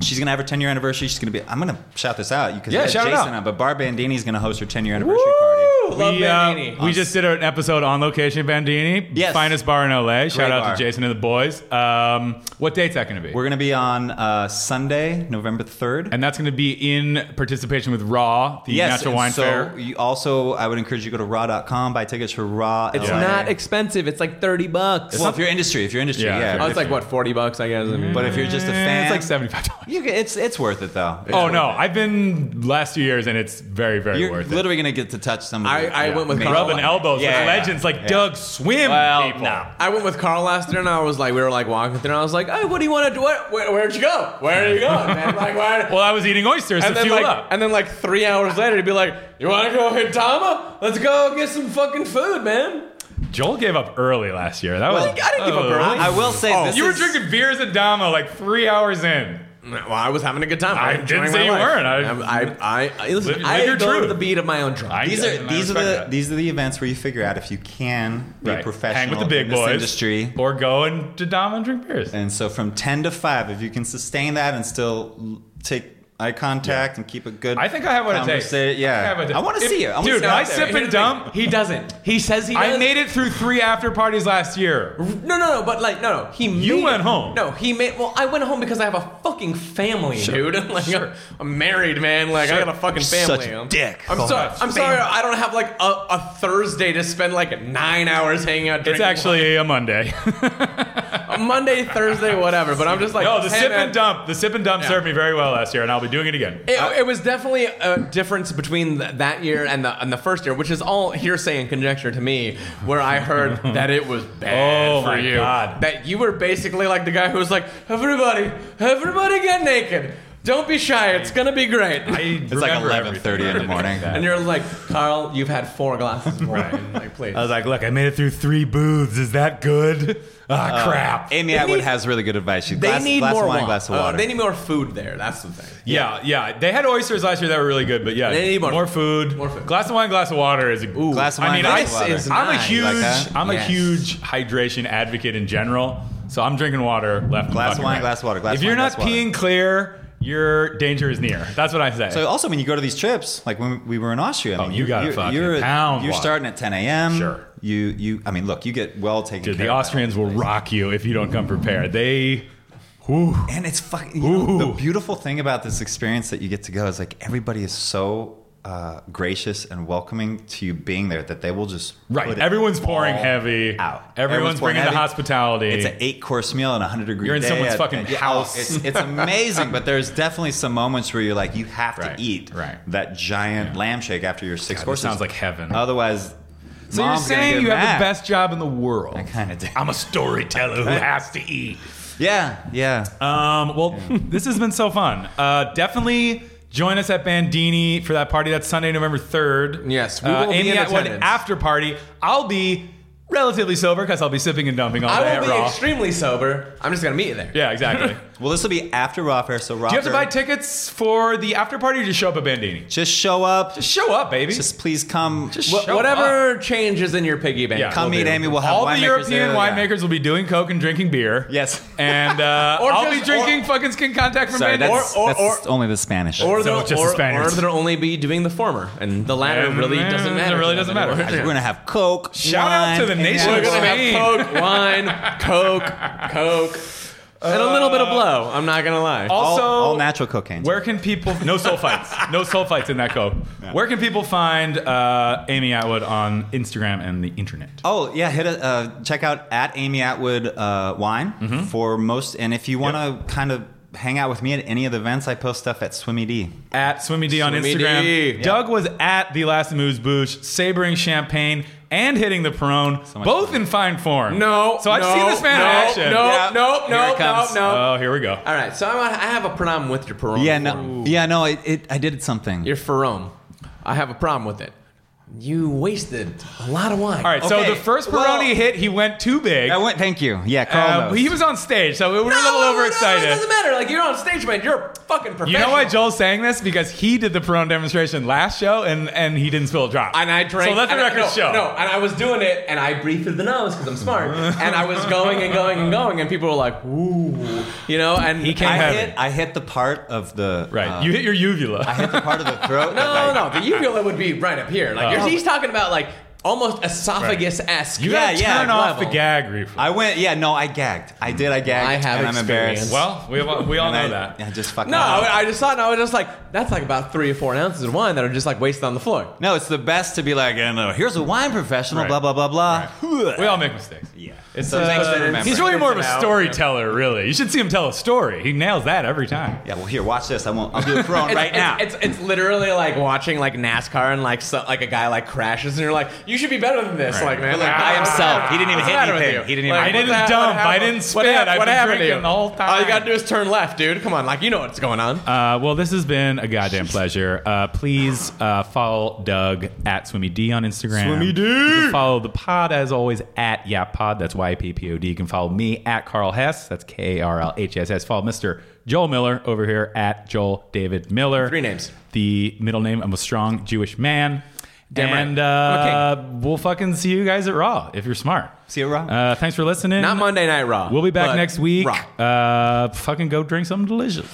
she's gonna have her 10 year anniversary. She's gonna be. I'm gonna shout this out. You can Yeah, shout it Jason out. on, but Barb Bandini's gonna host her 10 year anniversary Woo! party. Love we, uh, Bandini. we just did an episode on location Bandini, Yes. finest bar in LA. Shout Great out bar. to Jason and the boys. Um, what date's that going to be? We're gonna be on uh, Sunday, November 3rd. and that's going to be in participation with Raw, the natural and wine so fair. You also, I would encourage you to go to raw.com, buy tickets for raw. It's LA. not expensive. It's like thirty bucks. well, if your industry, if your industry, Yeah, yeah. if you're oh, it's like what forty bucks, I guess. I mean, But if you're just a Eh, fan, it's like seventy five dollars. You get, it's it's worth it though. It's Oh worth no, it. I've been last two years and it's very very you're worth it. literally gonna get to touch some. Of I- the- I went with amazing- Carl. Rubbing elbows Yeah, with yeah, legends like yeah. Doug Swim. Well, people. no. I went with Carl last year, and I was like, we were like walking through, and I was like, "Hey, what do you want to do? What, where, where'd you go? Where are you going, man? Like, where?" Well, I was eating oysters and to then fuel like, up. and then like three hours later, he'd be like, "You want to go hit Tama? Let's go get some fucking food, man." Joel gave up early last year. That was I didn't give up oh. early. I, I will say this. You were is- drinking beers at Damo like three hours in. Well, I was having a good time. I was didn't enjoying say my you life. weren't. I, I, I listen. Live- live I your go to truth. the beat of my own drum. I- These and are I these are the respect that. these are the events where you figure out if you can be Right. a professional Hang with the big in this boys. industry. Or go and to Damo and drink beers. And so from ten to five, if you can sustain that and still l- take eye contact and keep a good. I think I have what it takes. conversa- I, Yeah, think have I, what want it- to If- see it. I wanna Dude, see it out I there. sip and dump. He doesn't. He says he. I does. made it through three after parties last year. No, no, no. But like, no, no. He. You made went it. home. No, he made. Well, I went home because I have a fucking family, dude. Like, Sure. I'm married, man. Like, I Sure. got a fucking You're such family. a I'm- dick. I'm Oh, sorry. that's I'm sorry. I don't have like a, a Thursday to spend like nine hours hanging out. It's drinking actually a Monday. wine. Monday, Thursday, whatever. But I'm just like, no, the hey, sip man, and dump. The sip and dump Yeah. served me very well last year, and I'll be doing it again. It, it was definitely a difference between th- that year and the and the first year, which is all hearsay and conjecture to me. Where I heard that it was bad Oh for my you, God. that you were basically like the guy who was like, "Everybody, everybody, get naked. Don't be shy. It's gonna be great." It's like eleven thirty in the morning. and you're like, "Carl, you've had four glasses of wine. Like, please." I Uh, was like, look, I made it through three booths. Is that good? Ah, Uh, crap. Amy They Atwood need- has really good advice. She they glass, need glass more of wine, wine. glass of Uh, water. they need more food there. That's the thing. Yeah, yeah. They had oysters last year that were really good, but yeah, They need more- food. more food. Glass of wine, glass of water is a Glass of I wine, mean, I, glass of am water. is a nice. huge, Like that? I'm Yes. a huge hydration advocate in general. So I'm drinking water left. and Glass of fucking wine, right. glass of water, glass if of you're wine, not glass of water. peeing clear, your danger is near. That's what I say. So also when you go to these trips, like when we were in Austria, I mean, Oh, you gotta you're, fucking you're, pound You're water. starting at 10 a.m. Sure. You you. I mean, look, you get well taken. Dude, care the of. Austrians will rock you if you don't come prepared. They, whew. And it's fucking. You know, the Ooh. beautiful thing about this experience that you get to go is like everybody is so uh, gracious and welcoming to you being there that they will just Right. put it Everyone's pouring all heavy. out. Everyone's, bringing pouring the heavy. hospitality. It's an eight course meal and a hundred degree. You're in day someone's at- fucking yeah, house. It's, it's amazing, but there's definitely some moments where you're like, you have to Right, eat right. that giant lamb shake after your God, six this courses. sounds like heaven. Otherwise, so you're saying you have the best job in the world. kind of do. I'm a storyteller who has to eat. Yeah, yeah. Um, well, this has been so fun. Uh, definitely join us at Bandini for that party. That's Sunday, November 3rd. Yes, we we uh, will be Amy in Atwood attendance. after party. I'll be relatively sober because I'll be sipping and dumping all day I at will be Raw. extremely sober. I'm just gonna meet you there. yeah, exactly. Do well, this will be after Raw Fair, so Raw you have to buy Fair- tickets for the after party or just show up at Bandini? Just show up. Just show up, baby. Just please come. Just Wha- show up. whatever changes in your piggy bank. Yeah. come we'll meet do. Amy. We'll have All winemakers the European there, yeah. winemakers will be doing coke and drinking beer. Yes. And uh, Or I'll just- be drinking fucking skin contact from Sorry, Bandini. that's, or- that's only the Spanish. Or So they'll, it's just the or, or Spaniards. they'll only be doing the former, and the latter And really then doesn't matter. it really to them doesn't matter. anymore. We're gonna have Coke. Shout out to wine, the nation We're of gonna Spain. have Coke, wine, Coke, Coke, and a little bit of blow. I'm not gonna lie. Also, All, all natural cocaine. Where can people? No soul fights. No soul fights in that coke. Where can people find uh, Amy Atwood on Instagram and the internet? Oh yeah, hit a, uh, check out at Amy Atwood uh, Wine for most. And if you want to kind of hang out with me at any of the events, I post stuff at Swimmy D. At Swimmy D on Swimmy Instagram. D. Doug was at the last moves boosh, sabering champagne and hitting the Perone, much both fun. in fine form. no. So I've no, seen this man no, in action. No, Yeah. no, Here no, it no, comes. Uh, no. Oh, here we go. All right, so I'm, I have a problem with your Perone. Yeah, form. no, yeah, no. It, it, I did something. Your Ferome. I have a problem with it. You wasted a lot of wine. All right. Okay, So the first Peroni well- hit, he went too big. I went. Thank you. Yeah, Carl. Uh, knows. he was on stage, so we were Oh, No, a little no, no, overexcited. it doesn't matter. Like you're on stage, man. You're a fucking professional. You know why Joel's saying this? Because he did the Perone demonstration last show and, and he didn't spill a drop. And I drank. So let the and I- record no, show. No, and I was doing it, and I breathed through the nose because I'm smart. and I was going and going and going, and people were like, "Ooh," you know. And He came I I, heavy. hit. I hit the part of the Right. uh, you hit your uvula. I hit the part of the throat. No, that, like, no, no. The uvula would be right up here. Like Oh. you're, he's talking about, like almost esophagus esque. you gotta yeah, turn yeah, off level. the gag reflex. I went. Yeah, no. I gagged. I did. I gagged. I have and I'm experience. embarrassed. well, we, all- we all And know I, that. I just fucking. No, I, I just saw it. and I was just like, that's like about three or four ounces of wine that are just like wasted on the floor. No, it's the best to be like, I know, here's a wine professional, Right. blah, blah, blah, blah. We all make mistakes. Yeah. It's uh, So thanks for remembering. He's really more of a Spits it out. storyteller, really. You should see him tell a story. He nails that every time. Yeah, well, here, watch this. I won't, I'll do it thrown It's- right it's, now. It's, it's literally like watching like NASCAR and like so, like a guy like crashes and you're like, you should be better than this, like man, like By himself. He didn't even what's the hit matter with anything. you? He didn't even- I what didn't the- what dump. I happened? didn't spit. What, hap- I've what been happened to drinking you? the whole time. All you gotta do is turn left, dude. Come on, like you know what's going on. Uh, well, this has been a goddamn pleasure. Uh, please uh, follow Doug at Swimmy D on Instagram. Swimmy D! You can follow the pod as always at Yap Pod. That's Y A P P O D. You can follow me at Carl Hess. That's K A R L H S S. Follow Mister Joel Miller over here at Joel David Miller. Three names. The middle name. I'm a strong Jewish man. Damn right. and I'm uh, we'll fucking see you guys at Raw if you're smart. See you at Raw. Uh, thanks for listening. Not Monday Night Raw. We'll be back but next week. Raw. Uh, fucking go drink something delicious.